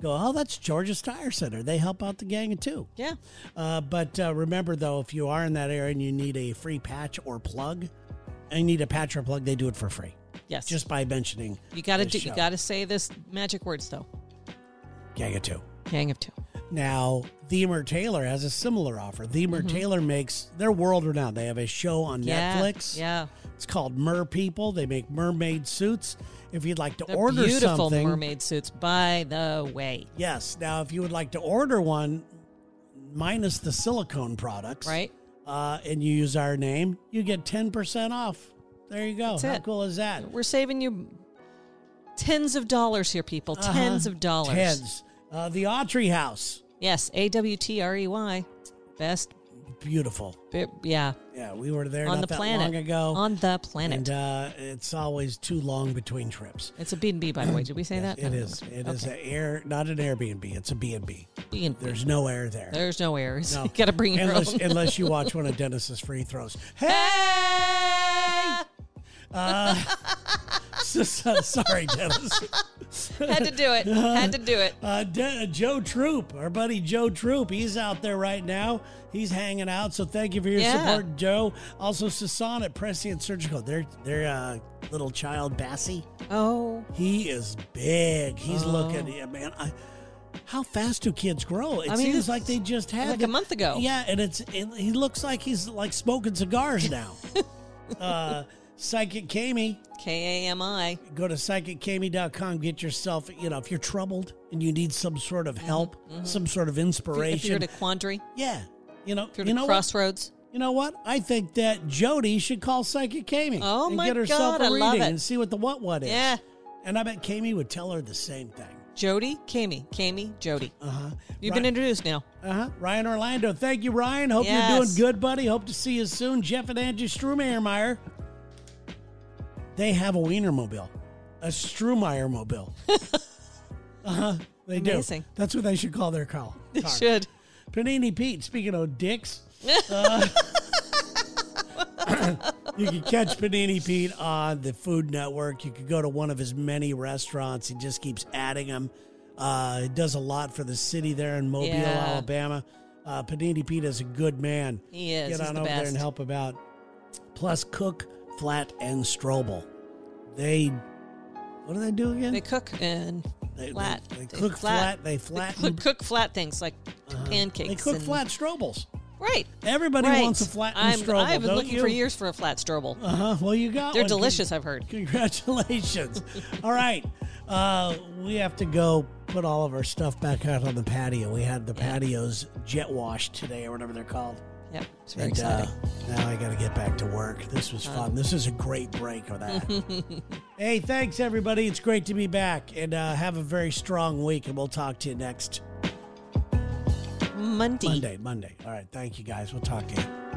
[SPEAKER 1] Go, oh, that's Georgia's Tire Center. They help out the gang too.
[SPEAKER 2] yeah,
[SPEAKER 1] Uh, but uh, remember though, if you are in that area and you need a free patch or plug, and you need a patch or plug, they do it for free
[SPEAKER 2] yes.
[SPEAKER 1] just by mentioning
[SPEAKER 2] you got to
[SPEAKER 1] this
[SPEAKER 2] do.
[SPEAKER 1] show.
[SPEAKER 2] You got to say this magic words though.
[SPEAKER 1] gang of two.
[SPEAKER 2] Gang of two.
[SPEAKER 1] Now, Themer Taylor has a similar offer. Themer Taylor makes they're world renowned. They have a show on
[SPEAKER 2] Mm-hmm. Yeah,
[SPEAKER 1] Netflix.
[SPEAKER 2] Yeah.
[SPEAKER 1] It's called Mer People. They make mermaid suits. If you'd like to
[SPEAKER 2] They're
[SPEAKER 1] order
[SPEAKER 2] beautiful
[SPEAKER 1] something,
[SPEAKER 2] mermaid suits, by the way.
[SPEAKER 1] yes. Now, if you would like to order one, minus the silicone products,
[SPEAKER 2] Right?
[SPEAKER 1] Uh, and you use our name, you get ten percent off. There you go.
[SPEAKER 2] That's
[SPEAKER 1] How
[SPEAKER 2] it.
[SPEAKER 1] cool is that?
[SPEAKER 2] We're saving you tens of dollars here, people.
[SPEAKER 1] Uh-huh.
[SPEAKER 2] Tens of dollars.
[SPEAKER 1] Tens. Uh, the Autry House,
[SPEAKER 2] Yes, A W T R E Y. Best.
[SPEAKER 1] beautiful.
[SPEAKER 2] bi- Yeah.
[SPEAKER 1] Yeah, we were there
[SPEAKER 2] on
[SPEAKER 1] not
[SPEAKER 2] the
[SPEAKER 1] that
[SPEAKER 2] planet.
[SPEAKER 1] long ago.
[SPEAKER 2] On the planet.
[SPEAKER 1] and uh, it's always too long between trips.
[SPEAKER 2] it's a B&B, by the way. Did we say that?
[SPEAKER 1] It is. It is an air, not an Airbnb. It's a B and B.
[SPEAKER 2] B&B.
[SPEAKER 1] There's no air there.
[SPEAKER 2] There's no errors.
[SPEAKER 1] No.
[SPEAKER 2] <laughs> you got to bring your
[SPEAKER 1] unless, <laughs>
[SPEAKER 2] own.
[SPEAKER 1] unless you watch one of Dennis's free throws. Hey, <laughs>
[SPEAKER 2] Hey!
[SPEAKER 1] so- so- sorry, Dennis.
[SPEAKER 2] Had to do it. Had to do
[SPEAKER 1] <laughs>
[SPEAKER 2] it.
[SPEAKER 1] Uh, De- Joe Troop, our buddy Joe Troop, he's out there right now. He's hanging out. So thank you for your
[SPEAKER 2] Yeah.
[SPEAKER 1] support, Joe. Also, Sasan at Prescient Surgical. Their their uh, little child Bassie.
[SPEAKER 2] Oh,
[SPEAKER 1] He is big. He's looking. Yeah, man. I, how fast do kids grow? It
[SPEAKER 2] I mean,
[SPEAKER 1] seems
[SPEAKER 2] it's
[SPEAKER 1] like they just had
[SPEAKER 2] like a month ago.
[SPEAKER 1] Yeah, and it's it, he looks like he's like smoking cigars
[SPEAKER 2] <laughs>
[SPEAKER 1] now. uh, Psychic Kami,
[SPEAKER 2] K A M I.
[SPEAKER 1] go to psychickcami.com. Get yourself, you know, if you're troubled and you need some sort of help, some sort of
[SPEAKER 2] Mm-hmm. If you're
[SPEAKER 1] inspiration.
[SPEAKER 2] at a quandary,
[SPEAKER 1] yeah, you know,
[SPEAKER 2] if you're
[SPEAKER 1] you
[SPEAKER 2] at a
[SPEAKER 1] know what?
[SPEAKER 2] crossroads.
[SPEAKER 1] You know what? I think that Jody should call Psychic Kami
[SPEAKER 2] Oh
[SPEAKER 1] and
[SPEAKER 2] my
[SPEAKER 1] get herself
[SPEAKER 2] God,
[SPEAKER 1] a
[SPEAKER 2] I
[SPEAKER 1] reading
[SPEAKER 2] love it.
[SPEAKER 1] and see what the what what is.
[SPEAKER 2] Yeah.
[SPEAKER 1] And I bet Kami would tell her the same thing.
[SPEAKER 2] Jody, Kami, Kami, Jody.
[SPEAKER 1] Uh huh.
[SPEAKER 2] You've been introduced now.
[SPEAKER 1] Uh-huh. Ryan Orlando. Thank you, Ryan. Hope you're doing
[SPEAKER 2] Yes.
[SPEAKER 1] good, buddy. Hope to see you soon. Jeff and Angie Strumeyermeyer. They have a Wienermobile, a
[SPEAKER 2] <laughs>
[SPEAKER 1] Strumeyermobile. uh huh. They
[SPEAKER 2] Amazing.
[SPEAKER 1] do. That's what they should call their
[SPEAKER 2] <laughs>
[SPEAKER 1] car.
[SPEAKER 2] It
[SPEAKER 1] car.
[SPEAKER 2] should.
[SPEAKER 1] Panini Pete. Speaking of
[SPEAKER 2] <laughs>
[SPEAKER 1] dicks, uh, <coughs> you can catch Panini Pete on the Food Network. You could go to one of his many restaurants. He just keeps adding them. Uh, he does a lot for the city there in Mobile,
[SPEAKER 2] Yeah.
[SPEAKER 1] Alabama. Uh, Panini Pete is a good man.
[SPEAKER 2] He is.
[SPEAKER 1] Get
[SPEAKER 2] He's
[SPEAKER 1] on
[SPEAKER 2] the
[SPEAKER 1] over there
[SPEAKER 2] best.
[SPEAKER 1] and help him out. Plus, Cook, Flat, and Strobel. They, what do they do again?
[SPEAKER 2] They cook and
[SPEAKER 1] They- they-
[SPEAKER 2] flat.
[SPEAKER 1] they cook flat, they flatten- Uh-huh.
[SPEAKER 2] cook, cook flat things like pancakes.
[SPEAKER 1] They cook
[SPEAKER 2] and
[SPEAKER 1] flat Strobels.
[SPEAKER 2] Right.
[SPEAKER 1] Everybody
[SPEAKER 2] right.
[SPEAKER 1] wants a flat
[SPEAKER 2] I'm,
[SPEAKER 1] and strobel.
[SPEAKER 2] I've been
[SPEAKER 1] don't
[SPEAKER 2] looking
[SPEAKER 1] you?
[SPEAKER 2] for years for a flat strobel.
[SPEAKER 1] Uh huh. Well, you got.
[SPEAKER 2] They're
[SPEAKER 1] one.
[SPEAKER 2] delicious, I've
[SPEAKER 1] <laughs>
[SPEAKER 2] heard.
[SPEAKER 1] Congratulations. <laughs> all right. Uh, we have to go put all of our stuff back out on the patio. We had the patios jet washed today or whatever they're called.
[SPEAKER 2] Yep. It's very
[SPEAKER 1] and
[SPEAKER 2] exciting. Uh.
[SPEAKER 1] Uh, now I got to get back to work. This was fun. This is a great break of that.
[SPEAKER 2] <laughs>
[SPEAKER 1] hey, thanks everybody. It's great to be back and uh, have a very strong week. And we'll talk to you next
[SPEAKER 2] Monday.
[SPEAKER 1] uh, Monday. Monday. All right. Thank you guys. We'll talk to you.